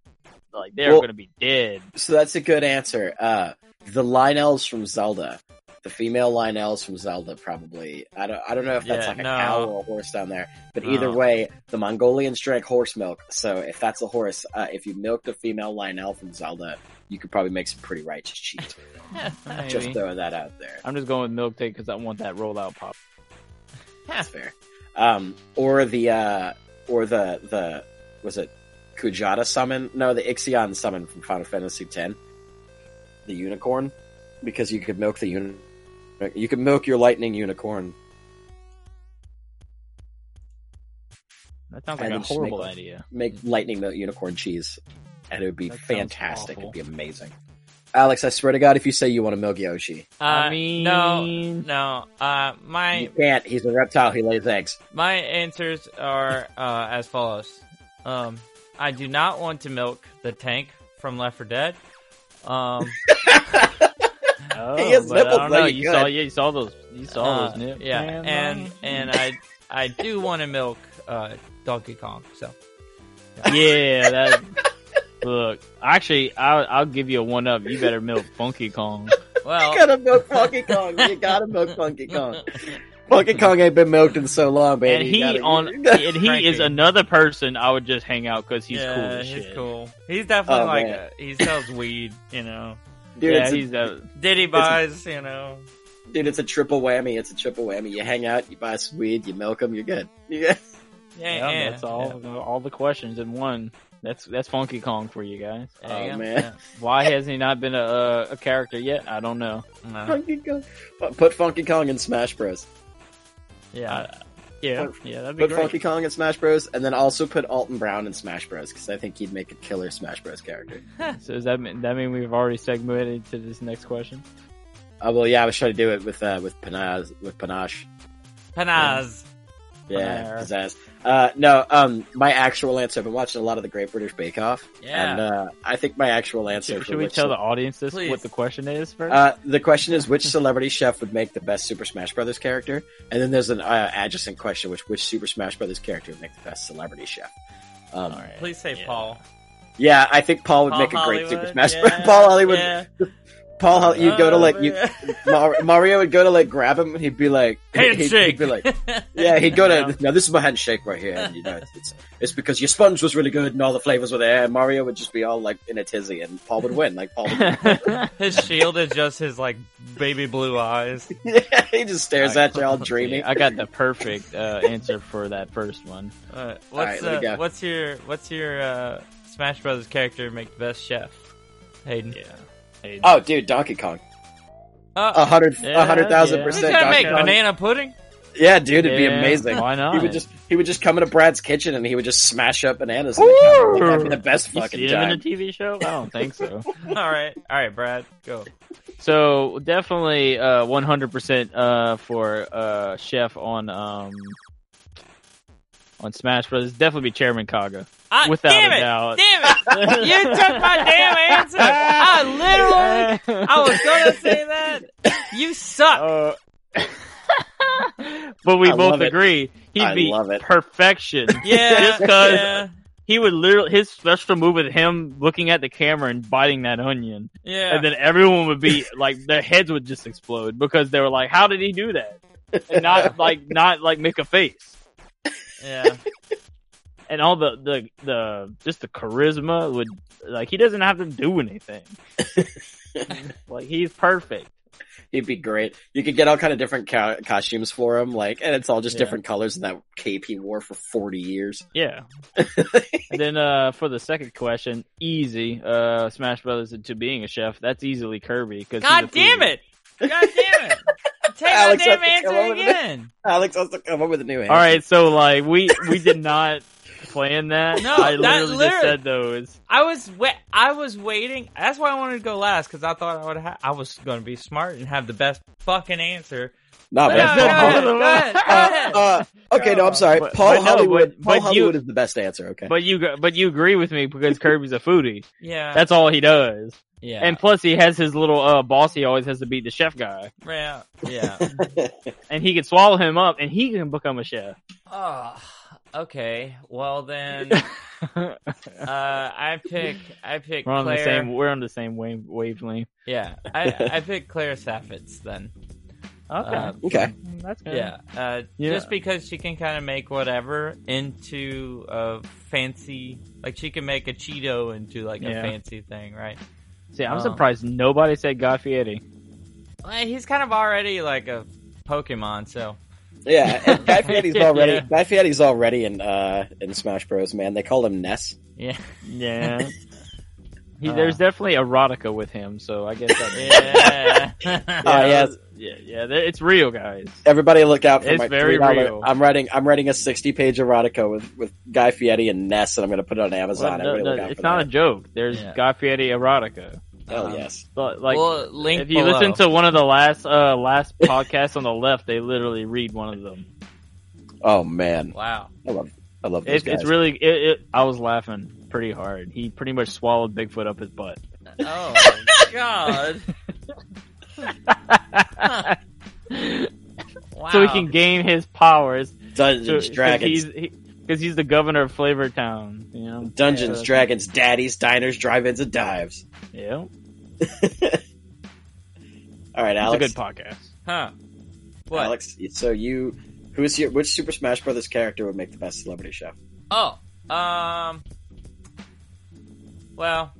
S3: Like they're
S1: Well-
S3: gonna be dead.
S1: So that's a good answer. Uh, the Lynels from Zelda, the female Lynels from Zelda, probably. I don't, I don't know if that's
S2: Yeah,
S1: like a
S2: no.
S1: cow or a horse down there, but either
S3: No.
S1: way, the Mongolians drank horse milk. So if that's a horse, uh, if you milked a female Lynel from Zelda, you could probably make some pretty righteous cheese. Just
S3: Maybe.
S1: throwing that out there.
S3: I'm just going with milk tank because I want that rollout pop.
S1: That's fair. Um, or the, uh, or the, the, was it Kujata summon? No, the Ixion summon from Final Fantasy X. The unicorn. Because you could milk the uni- You could milk your lightning unicorn.
S3: That sounds like
S1: And
S3: a
S1: just make
S3: horrible
S1: one.
S3: idea.
S1: Make lightning milk unicorn cheese. And it would be
S3: That sounds
S1: fantastic.
S3: awful.
S1: It'd be amazing. Alex, I swear to God, if you say you want to milk Yoshi,
S2: Uh,
S3: I mean,
S2: no, no. Uh,
S1: you
S2: my
S1: can't. He's a reptile. He lays eggs.
S2: my answers are uh, as follows. Um, I do not want to milk the tank from Left 4 Dead. Um,
S3: Oh,
S1: He has nipples
S3: but I don't know.
S1: like
S3: You
S1: good.
S3: saw, yeah, you saw those, you saw
S2: uh,
S3: those nips.
S2: Yeah,
S3: man.
S2: and and I I do want to milk uh, Donkey Kong. So
S3: yeah, that. Look, actually, I'll, I'll give you a one up. You better milk Funky Kong. Oh.
S2: well,
S1: You gotta milk Funky Kong. You gotta milk Funky Kong. Funky Kong ain't been milked in so long, baby.
S3: and
S1: You
S3: he
S1: gotta-
S3: on,
S1: you gotta-
S3: and he is
S2: Frankie.
S3: another person I would just hang out because he's
S2: yeah,
S3: cool as
S2: he's
S3: shit.
S2: cool. He's definitely
S1: Oh,
S2: like
S1: man.
S2: a, he sells weed. You know,
S1: Dude,
S3: yeah,
S1: it's a-
S3: he's a,
S2: Diddy buys. You know,
S1: Dude, it's a triple whammy. It's a triple whammy. You hang out, you buy some weed, you milk them, you're good. Yeah.
S2: yeah,
S3: yeah,
S2: yeah,
S3: that's all all the questions in one. That's that's Funky Kong for you guys.
S2: Yeah,
S1: Oh,
S2: yeah,
S1: man.
S3: Why has he not been a, a, a character yet? I don't know.
S2: yeah. No,
S1: Funky Kong. Fu- Put Funky Kong in Smash Bros.
S2: yeah.
S3: Yeah, yeah, that'd be
S1: Put
S3: great.
S1: Funky Kong in Smash Bros. And then also put Alton Brown in Smash Bros. Because I think he'd make a killer Smash Bros. character.
S3: So does that mean, that mean we've already segmented to this next question?
S1: uh, Oh well, yeah, I was trying to do it with uh, with panache. With panache.
S2: Panaz.
S1: Yeah,
S3: Fire.
S1: pizzazz. Uh, no, um, my actual answer. I've been watching a lot of the Great British Bake Off,
S2: Yeah.
S1: and uh, I think my actual answer.
S3: Should,
S1: for
S3: should we
S1: which
S3: tell
S1: ce-
S3: the audience this
S2: Please.
S3: what the question is first?
S1: Uh, the question is which celebrity chef would make the best Super Smash Brothers character, and then there's an uh, adjacent question which which Super Smash Brothers character would make the best celebrity chef. Um,
S3: All right.
S2: Please say
S3: Yeah.
S2: Paul.
S1: Yeah, I think Paul would
S2: Paul
S1: make a great
S2: Hollywood.
S1: Super Smash.
S2: yeah,
S1: Paul Hollywood,
S2: Yeah.
S1: Paul, Hol- you'd go to like you,
S2: Oh,
S1: Mar- Mario would go to like grab him, and he'd be like, he'd-
S2: Handshake.
S1: He'd be like, yeah, he'd go
S3: Yeah.
S1: to now. This is my handshake right here. And, you know, it's it's because your sponge was really good and all the flavors were there. And Mario would just be all like in a tizzy, and Paul would win. Like Paul,
S2: his shield is just his like baby blue eyes.
S1: yeah, he just stares at you all dreamy.
S3: I got the perfect uh, answer for that first one.
S2: Uh, what's
S1: Alright, let me
S2: uh,
S1: go.
S2: what's your what's your uh, Smash Brothers character make the best chef? Hayden.
S3: Yeah. Hey,
S1: Oh, dude, Donkey Kong, a
S2: Uh,
S1: hundred,
S3: Yeah,
S1: a hundred thousand
S3: yeah.
S2: he's
S1: percent.
S2: gonna
S1: Donkey
S2: make
S1: Kong.
S2: banana pudding.
S1: Yeah, dude, it'd be
S3: yeah,
S1: amazing.
S3: Why not?
S1: He would just he would just come into Brad's kitchen and he would just smash up bananas. In the
S3: Ooh.
S1: counter. That'd be the best
S3: you
S1: fucking
S3: see him
S1: time.
S3: in a TV show? I don't think so.
S2: all right, all right, Brad, go.
S3: So definitely uh, 100% uh, for uh, Chef on um, on Smash Brothers. Definitely be Chairman Kaga.
S2: Ah,
S3: Without
S2: damn
S3: a
S2: it,
S3: doubt.
S2: damn it! You took my damn answer. I literally, I was gonna say that. You suck.
S3: Uh, but we
S1: I
S3: both
S1: love it.
S3: agree he'd
S1: I
S3: be
S1: love it.
S3: perfection.
S2: Yeah,
S3: Just 'cause-
S2: yeah,
S3: he would literally his special move with him looking at the camera and biting that onion,
S2: yeah.
S3: and then everyone would be like their heads would just explode because they were like, "How did he do that?" And not like not like make a face.
S2: yeah.
S3: and all the, the the just the charisma would like he doesn't have to do anything. like he's perfect.
S1: He'd be great. You could get all kind of different co- costumes for him, like, and it's all just
S3: Yeah.
S1: different colors and that cape he wore for forty years.
S3: Yeah. and then uh for the second question, easy. Uh Smash Brothers into being a chef. That's easily Kirby because
S2: God damn it! God damn it! Take
S1: Alex has to
S2: my damn
S1: come
S2: answer
S1: over to
S2: again.
S1: Alex has to come up with a new answer.
S3: All right, so like we we did not plan that.
S2: No,
S3: I
S2: that
S3: literally just
S2: literally-
S3: said those.
S2: I was wa I was waiting. That's why I wanted to go last because I thought I would. Ha- I was going to be smart and have the best fucking answer.
S1: Nah,
S2: But
S1: man,
S2: no,
S1: Paul
S2: go
S1: Hollywood-
S2: ahead, go ahead, go ahead.
S1: Uh, okay, no, I'm sorry.
S3: But-
S1: Paul
S3: but no,
S1: Hollywood.
S3: but-
S1: Paul
S3: but you-
S1: Hollywood is the best answer. Okay.
S3: But you but you agree with me because Kirby's a foodie.
S2: yeah,
S3: That's all he does.
S2: yeah,
S3: And plus he has his little uh boss he always has to beat the chef guy.
S2: yeah, yeah.
S3: and he can swallow him up and he can become a chef.
S2: oh, okay. Well then, uh,
S3: we're
S2: I pick. I pick
S3: on
S2: Claire.
S3: the same we're on the same wave, wavelength.
S2: Yeah, I, I pick Claire Saffitz then. Uh,
S1: okay.
S3: that's good.
S2: Yeah. Uh,
S3: Yeah.
S2: Just because she can kind of make whatever into a fancy, like she can make a Cheeto into like a
S3: Yeah.
S2: fancy thing, right?
S3: See, I'm
S2: Um,
S3: surprised nobody said Guy Fieri.
S2: Well, he's kind of already like a Pokemon, so
S1: Yeah, and Guy Fieri's already
S3: Yeah.
S1: Guy Fieri's already in uh in Smash Bros. Man, they call him Ness.
S2: yeah,
S3: Yeah. He,
S2: Uh.
S3: there's definitely erotica with him, so I guess that.
S2: yeah.
S1: Oh, yeah.
S3: yeah, yeah, there- it's real, guys.
S1: Everybody, look out for
S3: It's
S1: my
S3: very
S1: $3
S3: real.
S1: I'm writing I'm writing a 60 page erotica with with Guy Fieri and Ness, and I'm going to put it on Amazon.
S3: Well, no,
S1: Everybody
S3: no,
S1: look out
S3: it's
S1: for
S3: not a
S1: that.
S3: joke. There's
S2: Yeah.
S3: Guy Fieri erotica.
S1: Hell
S2: Um,
S1: yes.
S3: But like,
S2: well, link
S3: if you
S2: below.
S3: listen to one of the last uh last podcasts on the left, they literally read one of them.
S1: Oh man,
S2: wow,
S1: I love I love those
S3: It's,
S1: guys.
S3: it's really. It, it, I was laughing pretty hard. He pretty much swallowed Bigfoot up his butt.
S2: oh my god, wow.
S3: So he can gain his powers.
S1: Dungeons Dragons.
S3: Because he's, he- 'cause he's the governor of Flavor Town. You know.
S1: Dungeons,
S3: Yeah.
S1: Dragons, Daddies, Diners, Drive-Ins, and Dives.
S3: Yeah.
S1: All right, Alex.
S3: It's a good podcast.
S2: huh? What?
S1: Alex, so you, who is your which Super Smash Brothers character would make the best celebrity chef?
S2: Oh, um, well,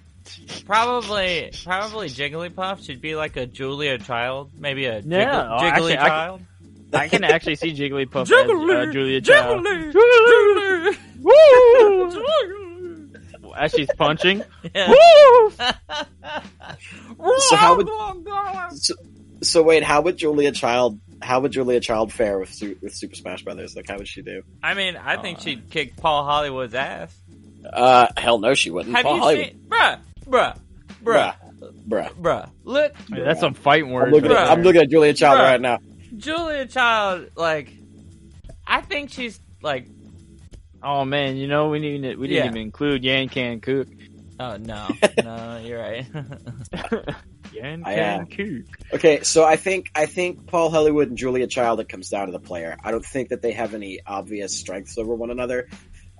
S2: probably, probably Jigglypuff should be like a Julia Child, maybe a Jiggle,
S3: Yeah, oh,
S2: Jiggly
S3: actually, I c-
S2: Child.
S3: I can actually see Jigglypuff as
S2: Jiggly,
S3: uh, Julia Child.
S2: Jiggly,
S3: Jiggly. Woo!
S2: Jiggly.
S3: As she's punching.
S2: Yeah.
S3: Woo!
S1: So how would-
S2: would?
S1: So wait, how would Julia Child? How would Julia Child fare with Su- with Super Smash Brothers? Like, how would she do?
S2: I mean, I think
S3: Aw.
S2: she'd kick Paul Hollywood's ass.
S1: Uh, hell no, she wouldn't.
S2: Have
S1: Paul
S2: you
S1: Hollywood,
S2: seen, bruh, bruh, bruh,
S1: bruh,
S2: bruh? Look,
S3: Dude, that's some fighting
S1: I'm
S3: words.
S1: looking,
S3: right
S1: at, I'm
S3: there.
S1: looking at Julia Child
S2: Bruh.
S1: right now.
S2: Julia Child, like, I think she's like,
S3: Oh man, you know we need to, we didn't
S2: Yeah.
S3: even include Yan Can Cook.
S2: oh no, no, you're right.
S3: Yan
S1: I,
S3: Can
S1: uh,
S3: Cook.
S1: Okay, so I think I think Paul Hollywood and Julia Child it comes down to the player. I don't think that they have any obvious strengths over one another,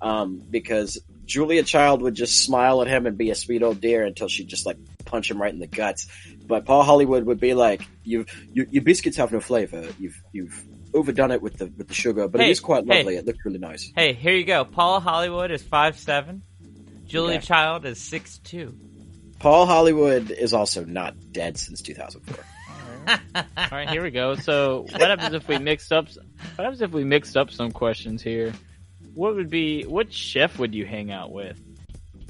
S1: um, because Julia Child would just smile at him and be a sweet old dear until she just like punch him right in the guts. But Paul Hollywood would be like, "You, you your biscuits have no flavor. You've you've overdone it with the with the sugar, but
S2: Hey,
S1: it is quite
S2: hey.
S1: lovely. It looked really nice."
S2: hey, here you go. Paula Hollywood is five seven. Julia
S1: Okay.
S2: Child is six two.
S1: Paul Hollywood is also not dead since 2004.
S3: All right, here we go. So, what happens if we mixed up? What happens if we mixed up some questions here? What would be? What chef would you hang out with?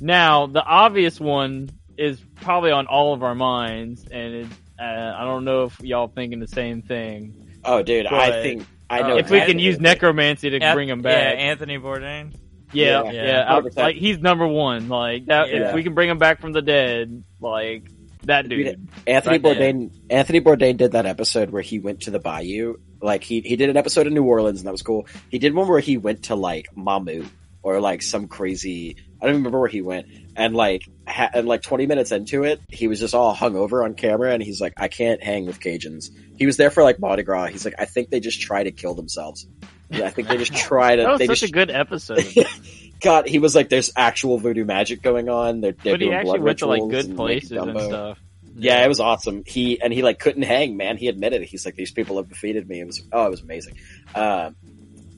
S3: Now, the obvious one is probably on all of our minds, and it, uh, I don't know if y'all thinking the same thing.
S1: Oh, dude, I
S3: But-
S1: think I know.
S2: Oh,
S3: if we can
S1: exactly.
S3: use necromancy to
S2: Anth-
S3: bring him
S2: Yeah,
S3: back,
S2: Anthony Bourdain.
S3: yeah,
S1: Yeah.
S3: yeah,
S2: Yeah.
S3: I-
S1: 100%.
S3: like he's number one. Like that,
S2: Yeah.
S3: if we can bring him back from the dead, like that
S1: Dude,
S3: dude.
S1: Anthony
S3: Right there.
S1: Bourdain. Anthony Bourdain did that episode where he went to the bayou. Like he he did an episode in New Orleans and that was cool. He did one where he went to like Mamu or like some crazy. I don't remember where he went. And like ha- and like twenty minutes into it, he was just all hungover on camera, and he's like, "I can't hang with Cajuns." He was there for like Mardi Gras. He's like, "I think they just try to kill themselves." Yeah, I think they just try to.
S3: That was
S1: they
S3: such
S1: just
S3: a good episode.
S1: God, he was like, "There's actual voodoo magic going on." They're, they're
S3: but he
S1: doing
S3: actually
S1: blood
S3: went to like
S1: rituals
S3: good
S1: and
S3: places
S1: making
S3: and
S1: gumbo.
S3: stuff.
S1: Yeah, it was awesome. He and he like couldn't hang, man. He admitted it. he's like these people have defeated me. It was oh, it was amazing. Uh,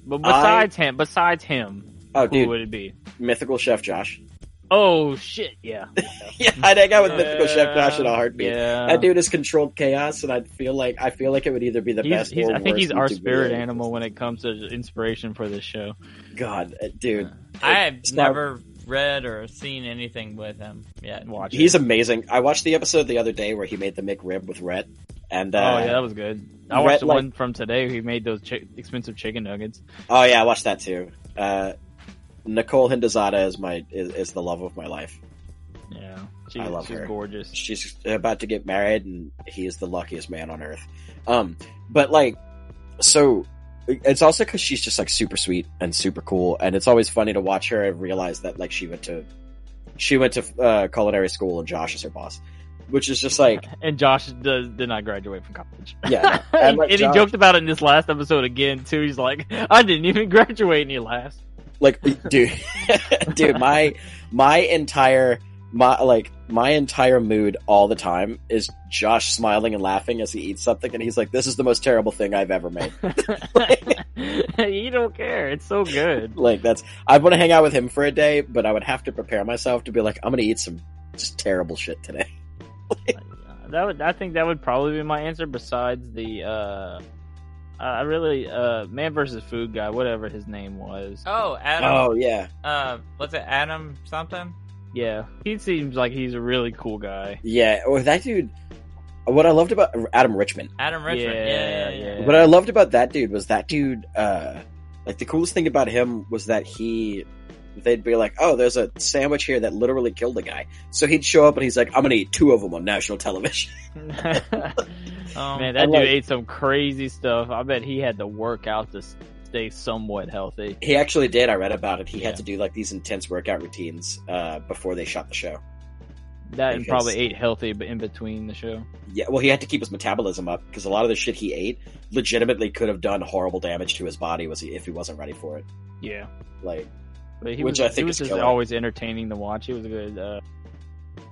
S3: But
S1: I-
S3: besides him, besides him,
S1: oh,
S3: who
S1: dude,
S3: would it be?
S1: mythical chef Josh.
S3: Oh shit! Yeah,
S1: yeah, I'd hang out with mythical
S3: Yeah,
S1: chef Josh in a heartbeat.
S3: Yeah,
S1: That dude is controlled chaos, and I feel like I feel like it would either be the
S3: He's,
S1: best.
S3: he's,
S1: or
S3: I think
S1: worst
S3: he's our
S1: YouTube
S3: spirit
S1: video.
S3: animal when it comes to inspiration for this show.
S1: God, uh, dude,
S2: I have
S1: It's not-
S2: never read or seen anything with him yet.
S3: Watch.
S1: he's
S3: it.
S1: amazing. I watched the episode the other day where he made the McRib with Rhett, and uh,
S3: oh yeah, that was good. I
S1: Rhett,
S3: watched the
S1: like-
S3: one from today. He made those chi- expensive chicken nuggets.
S1: Oh yeah, I watched that too. Uh, Nicole Hindazada is my is, is the love of my life.
S3: Yeah, she,
S1: I love
S3: she's
S1: her.
S3: gorgeous.
S1: she's about to get married and he is the luckiest man on earth um but like so it's also because she's just like super sweet and super cool and it's always funny to watch her and realize that like she went to she went to uh, culinary school and josh is her boss which is just like
S3: And Josh does did not graduate from college.
S1: yeah no.
S3: and
S1: And, like,
S3: he
S1: Josh-
S3: joked about it in this last episode again too. He's like, I didn't even graduate, and he laughs.
S1: like dude dude my my entire my like my entire mood all the time is josh smiling and laughing as he eats something and he's like this is the most terrible thing i've ever made
S3: you don't care. It's so good.
S1: Like that's I want to hang out with him for a day, but I would have to prepare myself to be like I'm going to eat some just terrible shit today.
S3: that would I think that would probably be my answer. Besides the, uh, I really uh, man versus food guy, whatever his name was.
S2: Oh, Adam.
S1: Oh yeah,
S2: Uh, what's it? Adam something?
S3: Yeah, he seems like he's a really cool guy.
S1: yeah. Or that dude. What I loved about Adam Richmond.
S2: Adam Richmond. Yeah,
S3: Yeah,
S2: yeah, yeah.
S3: yeah.
S1: What I loved about that dude was that dude. Uh, like the coolest thing about him was that he. They'd be like, "Oh, there's a sandwich here that literally killed a guy." So he'd show up and he's like, "I'm gonna eat two of them on national television."
S3: Man,
S2: Um,
S3: that dude
S1: like-
S3: ate some crazy stuff. I bet he had to work out to s- stay somewhat healthy.
S1: he actually did. I read about it. He
S3: Yeah.
S1: had to do like these intense workout routines uh, before they shot the show.
S3: That and
S1: Because-
S3: probably ate healthy, but in between the show.
S1: Yeah, well, he had to keep his metabolism up because a lot of the shit he ate legitimately could have done horrible damage to his body was if he wasn't ready for it.
S3: Yeah,
S1: Like,
S3: but he
S1: Which
S3: was,
S1: I think
S3: he was
S1: is
S3: just
S1: killer.
S3: always entertaining to watch. He was a good, uh,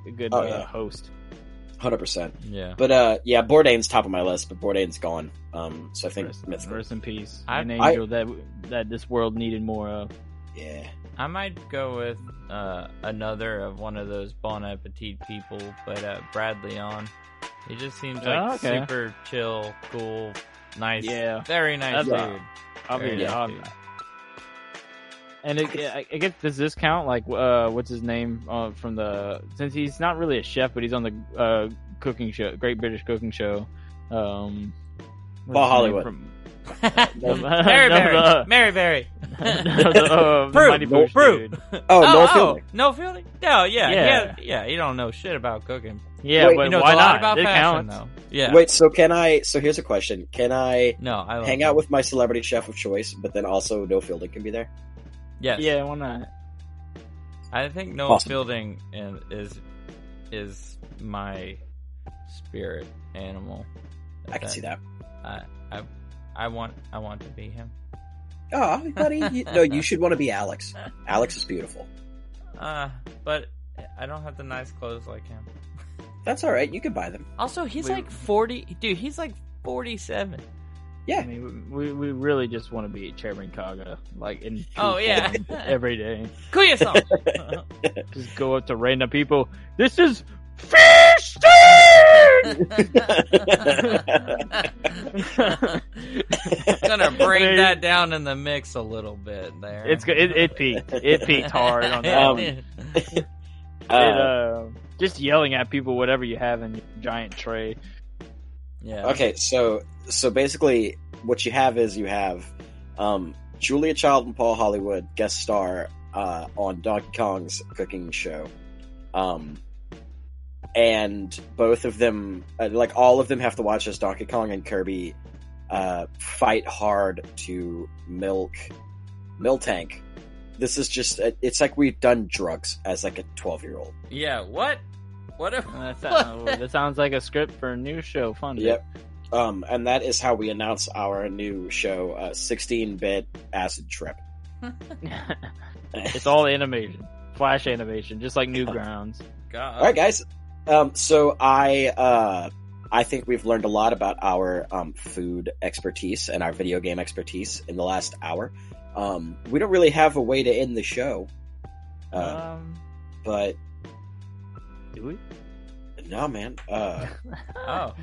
S3: a good
S1: Oh,
S3: uh,
S1: yeah.
S3: host.
S1: hundred percent.
S2: yeah.
S1: But uh, yeah, Bourdain's top of my list, but Bourdain's gone. Um, so I think
S3: Rest,
S1: mythical.
S3: rest in peace,
S2: I-
S3: an
S1: I-
S3: angel that that this world needed more of.
S1: Yeah,
S2: I might go with uh, another of one of those Bon Appetit people, but uh, Brad Leon. He just seems like
S3: Oh, okay.
S2: super chill, cool, nice.
S3: Yeah.
S2: Very nice
S3: That's-
S2: dude.
S3: I'll be
S2: Very
S1: Yeah.
S2: nice
S3: I'll-
S2: dude.
S3: And it, I I guess does this count? Like, uh, what's his name uh, from the? Since he's not really a chef, but he's on the uh, cooking show, Great British Cooking Show. Um, what's his name
S1: Hollywood.
S3: From,
S2: Mary Berry. Mary Berry.
S3: No, the, uh, the
S2: Brew.
S3: Mighty Boosh
S2: Brew.
S3: dude.
S1: Oh, no
S2: oh,
S1: feeling.
S2: no feeling? No, yeah,
S3: Yeah.
S2: yeah, yeah. You don't know shit about cooking.
S3: Yeah,
S1: Wait,
S3: but
S2: you know
S3: why
S2: a lot
S3: not?
S2: about
S3: it
S2: fashion,
S3: counts.
S2: though. Yeah.
S1: Wait, so can I? So here's a question: Can I
S2: No, I love
S1: hang out with my celebrity chef of choice, but then also no fielding can be there?
S2: Yes.
S3: Yeah, why not?
S2: I think Noah
S1: Awesome.
S2: Fielding and is is my spirit animal.
S1: I can see that.
S2: I I want I want to be him.
S1: Oh, buddy, you, no, you should want to be Alex. Alex is beautiful.
S2: Uh, but I don't have the nice clothes like him.
S1: That's all right. You can buy them.
S2: Also, he's
S3: We-
S2: like forty, dude. He's like forty-seven.
S1: Yeah.
S3: I mean, we we really just want to be Chairman Kaga, like in
S2: Oh, yeah.
S3: every day.
S2: Cool yourself.
S3: Just go up to random people. This is fish dude.
S2: Gonna bring
S3: Hey.
S2: that down in the mix a little bit there.
S3: It's go- it, it peaked. It peaked hard on that.
S1: Um,
S3: one. It,
S1: Uh,
S3: uh, just yelling at people, whatever you have in your giant tray.
S2: yeah.
S1: okay, so so basically, what you have is you have um, Julia Child and Paul Hollywood guest star uh, on Donkey Kong's cooking show, um, and both of them, uh, like all of them, have to watch as Donkey Kong and Kirby uh, fight hard to milk Miltank. This is just it's like we've done drugs as like a twelve year old.
S2: Yeah. What? What? If,
S3: Uh, That sounds, that sounds like a script for a new show. Fun.
S1: Yep. Um, and that is how we announce our new show, uh, 16-bit acid trip.
S3: it's all animation, flash animation, just like Newgrounds.
S2: God.
S1: all right, guys. Um, so I, uh, I think we've learned a lot about our um, food expertise and our video game expertise in the last hour. Um, we don't really have a way to end the show, uh,
S3: Um,
S1: but
S3: do we?
S1: no, man. Uh,
S2: Oh.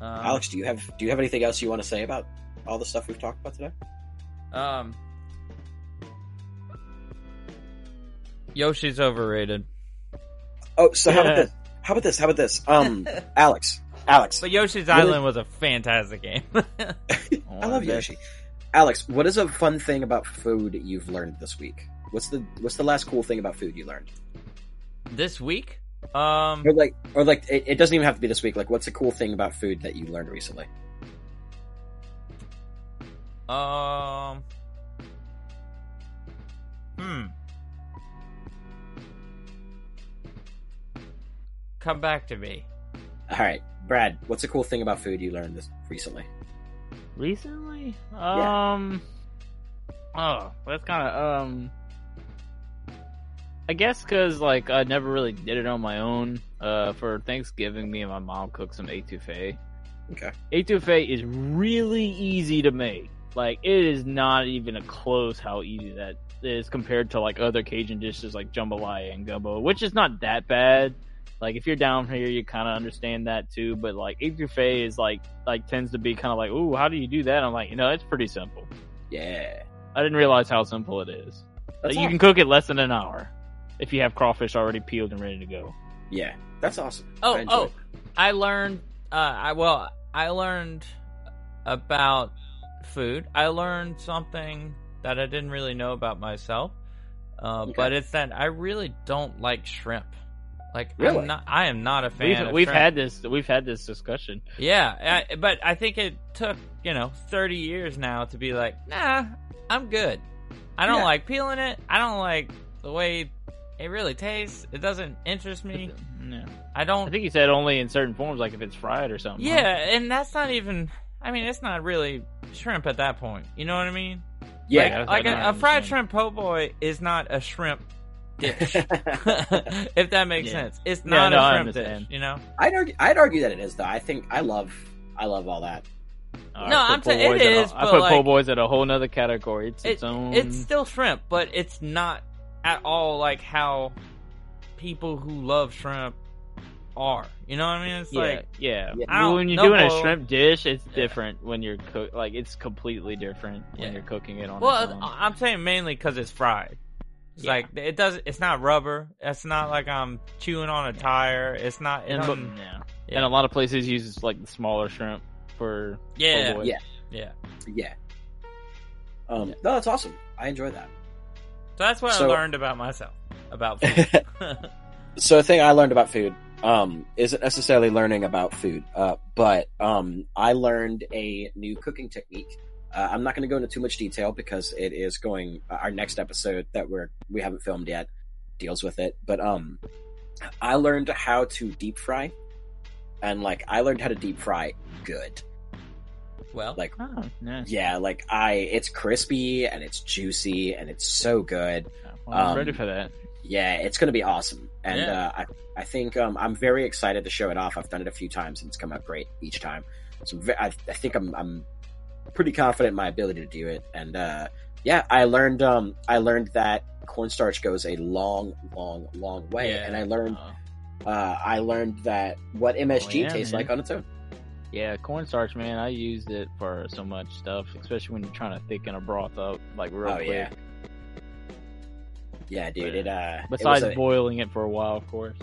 S2: Um,
S1: Alex, do you have do you have anything else you want to say about all the stuff we've talked about today?
S2: Um. Yoshi's overrated,
S1: Oh, so how about
S3: Yeah.
S1: this? How about this? How about this? Um, Alex, Alex,
S2: but Yoshi's
S1: Really?
S2: Island was a fantastic game.
S1: I love Yoshi. Alex, what is a fun thing about food you've learned this week? What's the what's the last cool thing about food you learned?
S2: this week, um,
S1: Or like or like it, it doesn't even have to be this week. Like what's a cool thing about food that you learned recently?
S2: um, hmm. Come back to me.
S1: All right, Brad, what's a cool thing about food you learned this recently?
S3: Recently?
S1: Yeah.
S3: Um. Oh, that's kind of um. I guess because like I never really did it on my own. Uh, for Thanksgiving, me and my mom cooked some etouffee.
S1: Okay.
S3: Etouffee is really easy to make. Like it is not even a close how easy that is compared to like other Cajun dishes like jambalaya and gumbo, which is not that bad. Like if you're down here, you kind of understand that too. But like etouffee is like like tends to be kind of like, ooh, how do you do that? I'm like, you know, it's pretty simple.
S1: Yeah.
S3: I didn't realize how simple it is.
S1: That's
S3: you
S1: awesome.
S3: can cook it less than an hour if you have crawfish already peeled and ready to go.
S1: Yeah. That's awesome.
S2: Oh,
S1: I enjoy
S2: oh,
S1: it.
S2: I learned. Uh, I well, I learned about food. I learned something that I didn't really know about myself. Uh,
S1: Okay.
S2: But it's that I really don't like shrimp. Like
S1: Really?
S2: I'm not, I am not a fan.
S3: We've,
S2: of
S3: we've
S2: shrimp.
S3: had this we've had this discussion.
S2: yeah, I, but I think it took you know 30 years now to be like, nah, I'm good. I don't
S1: Yeah.
S2: like peeling it. I don't like the way it really tastes. It doesn't interest me.
S3: Yeah.
S2: I
S3: I
S2: don't
S3: think he said only in certain forms, like if it's fried or something.
S2: Yeah, and that's not even. I mean, it's not really shrimp at that point. You know what I mean?
S1: Yeah.
S3: that's
S2: Like
S3: what I
S2: a, a
S3: mean.
S2: fried shrimp po' boy is not a shrimp dish, if that makes
S3: Yeah.
S2: sense. It's
S3: Yeah,
S2: not
S3: no,
S2: a
S3: I
S2: shrimp dish.
S3: understand.
S2: You know?
S1: I'd argue I'd argue that it is though. I think I love I love all that.
S3: Oh, I
S2: No,
S3: put
S2: I'm
S3: po'
S2: saying it
S3: boys in a-
S2: is,
S3: I
S2: but,
S3: put po'
S2: like-
S3: boys at a whole nother category. It's its own.
S2: It's still shrimp, but it's not at all like how people who love shrimp are. You know what I mean? It's
S3: yeah,
S2: like
S3: yeah.
S1: Yeah.
S2: I don't
S3: When you're
S2: know,
S3: doing
S2: bro.
S3: a shrimp dish, it's
S2: Yeah.
S3: different when you're cook. Like it's completely different
S2: Yeah.
S3: when you're cooking it on. its
S2: Well,
S3: own.
S2: I- I'm saying mainly because it's fried. It's
S3: Yeah.
S2: like it does. It's not rubber. It's not like I'm chewing on a tire. It's not. It
S3: and,
S1: Um,
S2: doesn't-
S3: yeah.
S2: yeah.
S3: and a lot of places uses like the smaller shrimp for.
S2: yeah,
S3: oh, boy.
S1: Yeah.
S2: Yeah.
S1: Yeah. Um, No, that's awesome. I enjoy that.
S2: So that's what
S1: So-
S2: I learned about myself about food.
S1: so a thing I learned about food um, isn't necessarily learning about food, uh, but um, I learned a new cooking technique. Uh, I'm not going to go into too much detail because it is going. uh, Our next episode that we're we haven't filmed yet deals with it, but um, I learned how to deep fry, and like I learned how to deep fry good.
S2: well,
S1: Like
S3: Oh, nice.
S1: yeah, like I it's crispy and it's juicy and it's so good.
S3: Well, I'm
S1: Um,
S3: ready for that.
S1: Yeah, it's going to be awesome. And
S2: Yeah.
S1: uh, I, I think um, I'm very excited to show it off. I've done it a few times and it's come out great each time. So I'm ve- I, I think I'm, I'm pretty confident in my ability to do it. And uh, yeah, I learned um, I learned that cornstarch goes a long, long, long way.
S2: Yeah.
S1: And I learned
S3: Oh.
S1: uh, I learned that what MSG
S3: yeah,
S1: tastes
S3: man.
S1: like on its own.
S3: Yeah, cornstarch, man. I used it for so much stuff, especially when you're trying to thicken a broth up like real
S1: Oh,
S3: quick.
S1: yeah. Yeah, dude. It uh, it was
S3: Besides
S1: a- Oh,
S3: boiling it for a while, of course.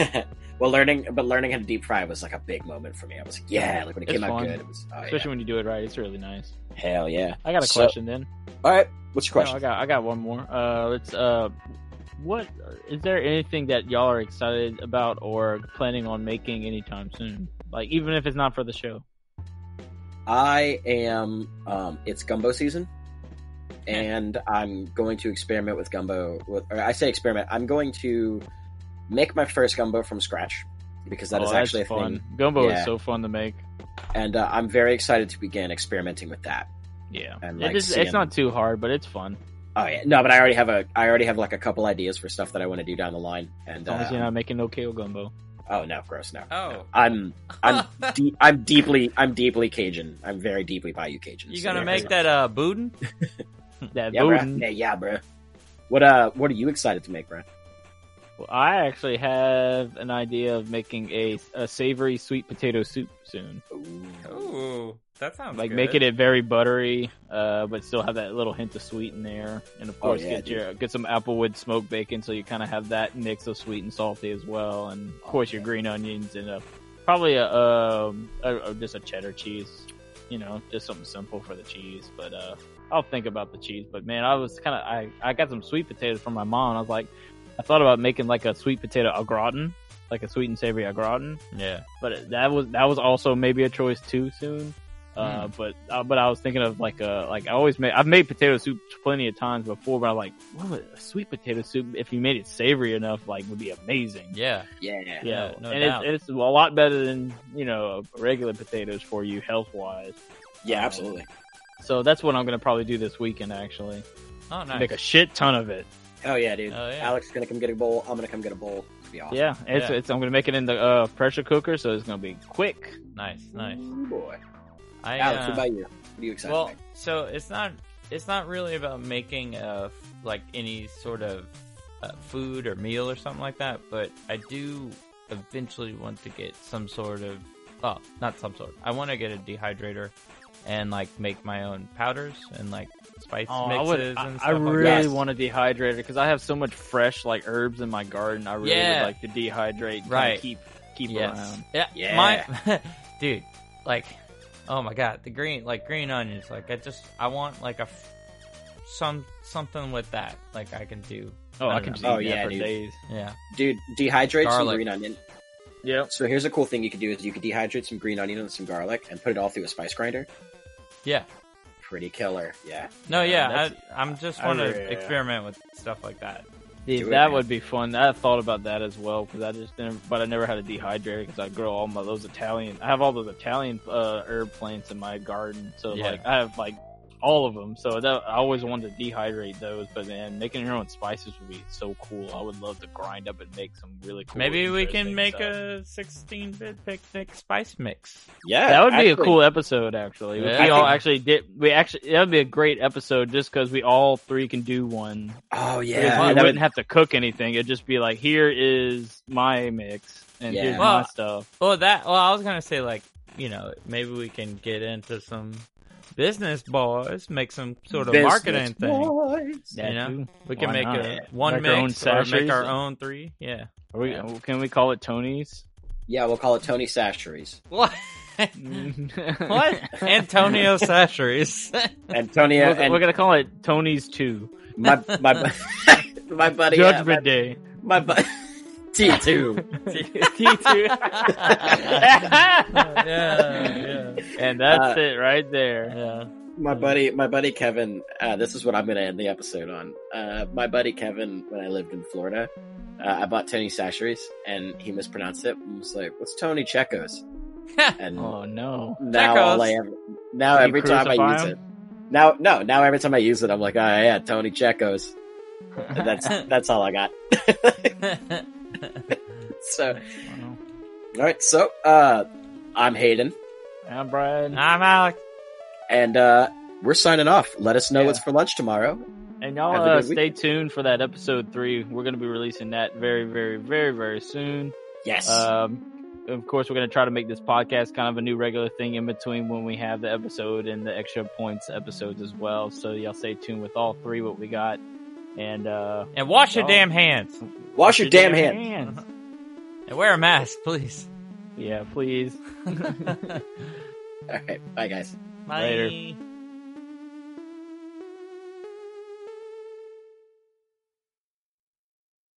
S1: well, learning but learning how to deep fry was like a big moment for me. I was like, yeah, like when it
S3: It's
S1: came out
S3: fun.
S1: good, it was oh, yeah.
S3: Especially when you do it right, it's really nice.
S1: Hell yeah!
S3: I got a
S1: So-
S3: question then.
S1: All right, what's your
S3: No, I
S1: question?
S3: got I got one more. Uh, let's uh, what is there anything that y'all are excited about or planning on making anytime soon? Like even if it's not for the show.
S1: I am. Um, it's gumbo season, and I'm going to experiment with gumbo. With, or I say experiment. I'm going to make my first gumbo from scratch because that
S3: Oh,
S1: is
S3: that's
S1: actually a
S3: fun.
S1: thing,
S3: Gumbo
S1: Yeah.
S3: is so fun to make.
S1: and uh, I'm very excited to begin experimenting with that.
S3: Yeah,
S1: And,
S3: It
S1: like,
S3: is-
S1: seeing-
S3: it's not too hard, but it's fun.
S1: Oh yeah, no, but I already have a. I already have like a couple ideas for stuff that I want to do down the line, and
S3: As long as you're
S1: uh,
S3: not making no kale gumbo.
S1: oh no, gross, no.
S2: oh,
S1: I'm I'm deep, I'm deeply I'm deeply Cajun. I'm very deeply Bayou Cajun.
S2: you
S1: so
S2: gonna
S1: there
S2: make
S1: we go.
S2: that uh boudin?
S3: That
S1: Hmm. Yeah,
S3: Bowden-
S1: bruh. Yeah, yeah, bruh. What uh, what are you excited to make, bruh?
S3: Well, I actually have an idea of making a, a savory sweet potato soup soon.
S2: Ooh, that sounds
S3: Like
S2: good.
S3: making it very buttery, uh, but still have that little hint of sweet in there. And of
S1: Oh,
S3: course,
S1: yeah,
S3: get
S1: dude.
S3: your get some applewood smoked bacon, so you kind of have that mix of sweet and salty as well. And
S1: Oh,
S3: of course, your green onions and uh probably a, um a, a- just a cheddar cheese. You know, just something simple for the cheese. But uh, I'll think about the cheese. But man, I was kind of I I got some sweet potatoes from my mom. And I was like, I thought about making like a sweet potato au gratin, like a sweet and savory au gratin
S2: Yeah.
S3: but it- that was that was also maybe a choice too soon.
S2: Hmm.
S3: Uh, but uh, but I was thinking of like uh like I always made I've made potato soup plenty of times before, but I'm like, well, a sweet potato soup if you made it savory enough, like would be amazing.
S2: Yeah.
S1: Yeah, yeah.
S3: Yeah,
S2: no
S3: and
S2: doubt.
S3: It's, it's a lot better than you know regular potatoes for you health wise.
S1: yeah, absolutely.
S3: So that's what I'm gonna probably do this weekend. Actually,
S2: Oh, nice.
S3: make a shit ton of it.
S1: Oh yeah, dude.
S2: Oh, yeah.
S1: Alex is gonna come get a bowl. I'm gonna come get a bowl. It'll be awesome.
S3: Yeah, it's,
S2: Yeah.
S3: it's I'm gonna make it in the uh, pressure cooker, so it's gonna be quick.
S2: nice, nice.
S1: Ooh, boy.
S2: I,
S1: Alex,
S2: uh,
S1: what about you? What are you excited?
S2: well,
S1: to make?
S2: so it's not it's not really about making a f- like any sort of uh, food or meal or something like that, but I do eventually want to get some sort of oh, not some sort. I want to get a dehydrator and like make my own powders and like spice
S3: Oh, I,
S2: mixes
S3: would,
S2: and
S3: I,
S2: stuff
S3: I
S2: like
S3: really
S2: that.
S1: that.
S3: want to dehydrate it because I have so much fresh like herbs in my garden. I really
S2: Yeah.
S3: would like to dehydrate, and
S2: Right.
S3: Keep keep around.
S2: Yeah.
S1: Yeah.
S2: My, dude, like, oh my god, the green, like green onions. Like, I just, I want like a, f- some something with that. Like, I can do.
S3: Oh,
S2: I
S3: I,
S2: don't
S3: can
S2: know.
S3: just eat
S1: Oh,
S3: that
S1: yeah,
S3: for
S1: dude.
S3: days.
S2: Yeah.
S1: dude, dehydrate some
S2: garlic.
S1: green onion.
S3: Yep.
S1: So here's a cool thing you could do is you could dehydrate some green onion and some garlic and put it all through a spice grinder.
S2: Yeah.
S1: Pretty killer. Yeah.
S2: No,
S3: Yeah,
S2: yeah.
S3: that's-
S2: I, I'm just
S3: I
S2: want to
S3: really- yeah.
S2: experiment with stuff like that.
S3: Dude,
S1: Do it,
S3: that
S1: man.
S3: would be fun. I thought about that as well because I just never, but I never had a dehydrator because I grow all my those Italian. I have all those Italian uh, herb plants in my garden, so
S2: Yeah.
S3: like I have like all of them. So that, I always wanted to dehydrate those, but man, making your own spices would be so cool. I would love to grind up and make some really cool.
S2: Maybe we can
S3: interesting
S2: make
S3: stuff.
S2: a 16 bit picnic spice mix.
S1: Yeah.
S3: That would be a
S1: actually.
S3: cool episode, actually.
S2: Yeah.
S3: We all actually did. We actually that would be a great episode just because we all three can do one.
S1: Oh yeah.
S3: Because we
S1: And that
S3: wouldn't
S1: would-
S3: have to cook anything. It'd just be like, here is my mix and
S1: Yeah.
S3: here's my
S2: Well,
S3: stuff.
S2: Well, that. Well, I was gonna say like, you know, maybe we can get into some business boys, make some sort of
S1: Business
S2: marketing thing.
S1: boys.
S2: you know,
S3: too.
S2: We can
S3: Why
S2: make
S3: not?
S2: a one
S3: Make our own
S2: mix or make
S3: sachets.
S2: our own three. Yeah.
S3: Are we,
S2: yeah.
S3: Can we call it Tony's?
S1: Yeah, we'll call it Tony Sasheries.
S2: What? what? Antonio Sasheries.
S1: Antonio
S3: we're,
S1: and
S3: we're gonna call it Tony's Two
S1: my my bu- my buddy yeah,
S3: Judgment Day.
S1: my, my bu- T two.
S3: T two.
S2: yeah, yeah,
S3: And that's
S1: Uh,
S3: it right there.
S2: yeah.
S1: My buddy, my buddy Kevin. Uh, this is what I'm going to end the episode on. Uh, my buddy Kevin, when I lived in Florida, uh, I bought Tony Sasheries, and he mispronounced it. and was like, "What's Tony Checos?" And
S3: Oh no.
S1: now
S2: Checos.
S1: all I ever, now
S3: Did you
S1: every time I
S3: crucify
S1: use
S3: him?
S1: it, now no, now every time I use it, I'm like, "Oh yeah, Tony Checos." That's that's all I got. so
S3: Wow.
S1: all right, so uh, I'm Hayden,
S3: Yeah, Brian.
S2: I'm Alex.
S1: and uh, we're signing off. Let us know
S3: Yeah.
S1: what's for lunch tomorrow.
S3: And y'all
S1: Have a
S3: uh,
S1: good week.
S3: stay tuned for that episode three. We're going to be releasing that very, very, very, very soon.
S1: Yes.
S3: Um, of course, we're going to try to make this podcast kind of a new regular thing in between when we have the episode and the extra points episodes as well. So y'all stay tuned with all three what we got. And uh,
S2: And wash your
S3: Oh.
S2: damn hands.
S1: Wash your damn hand.
S3: hands.
S2: And wear a mask, please.
S3: Yeah, please.
S1: All right. Bye, guys.
S2: Bye.
S3: Later.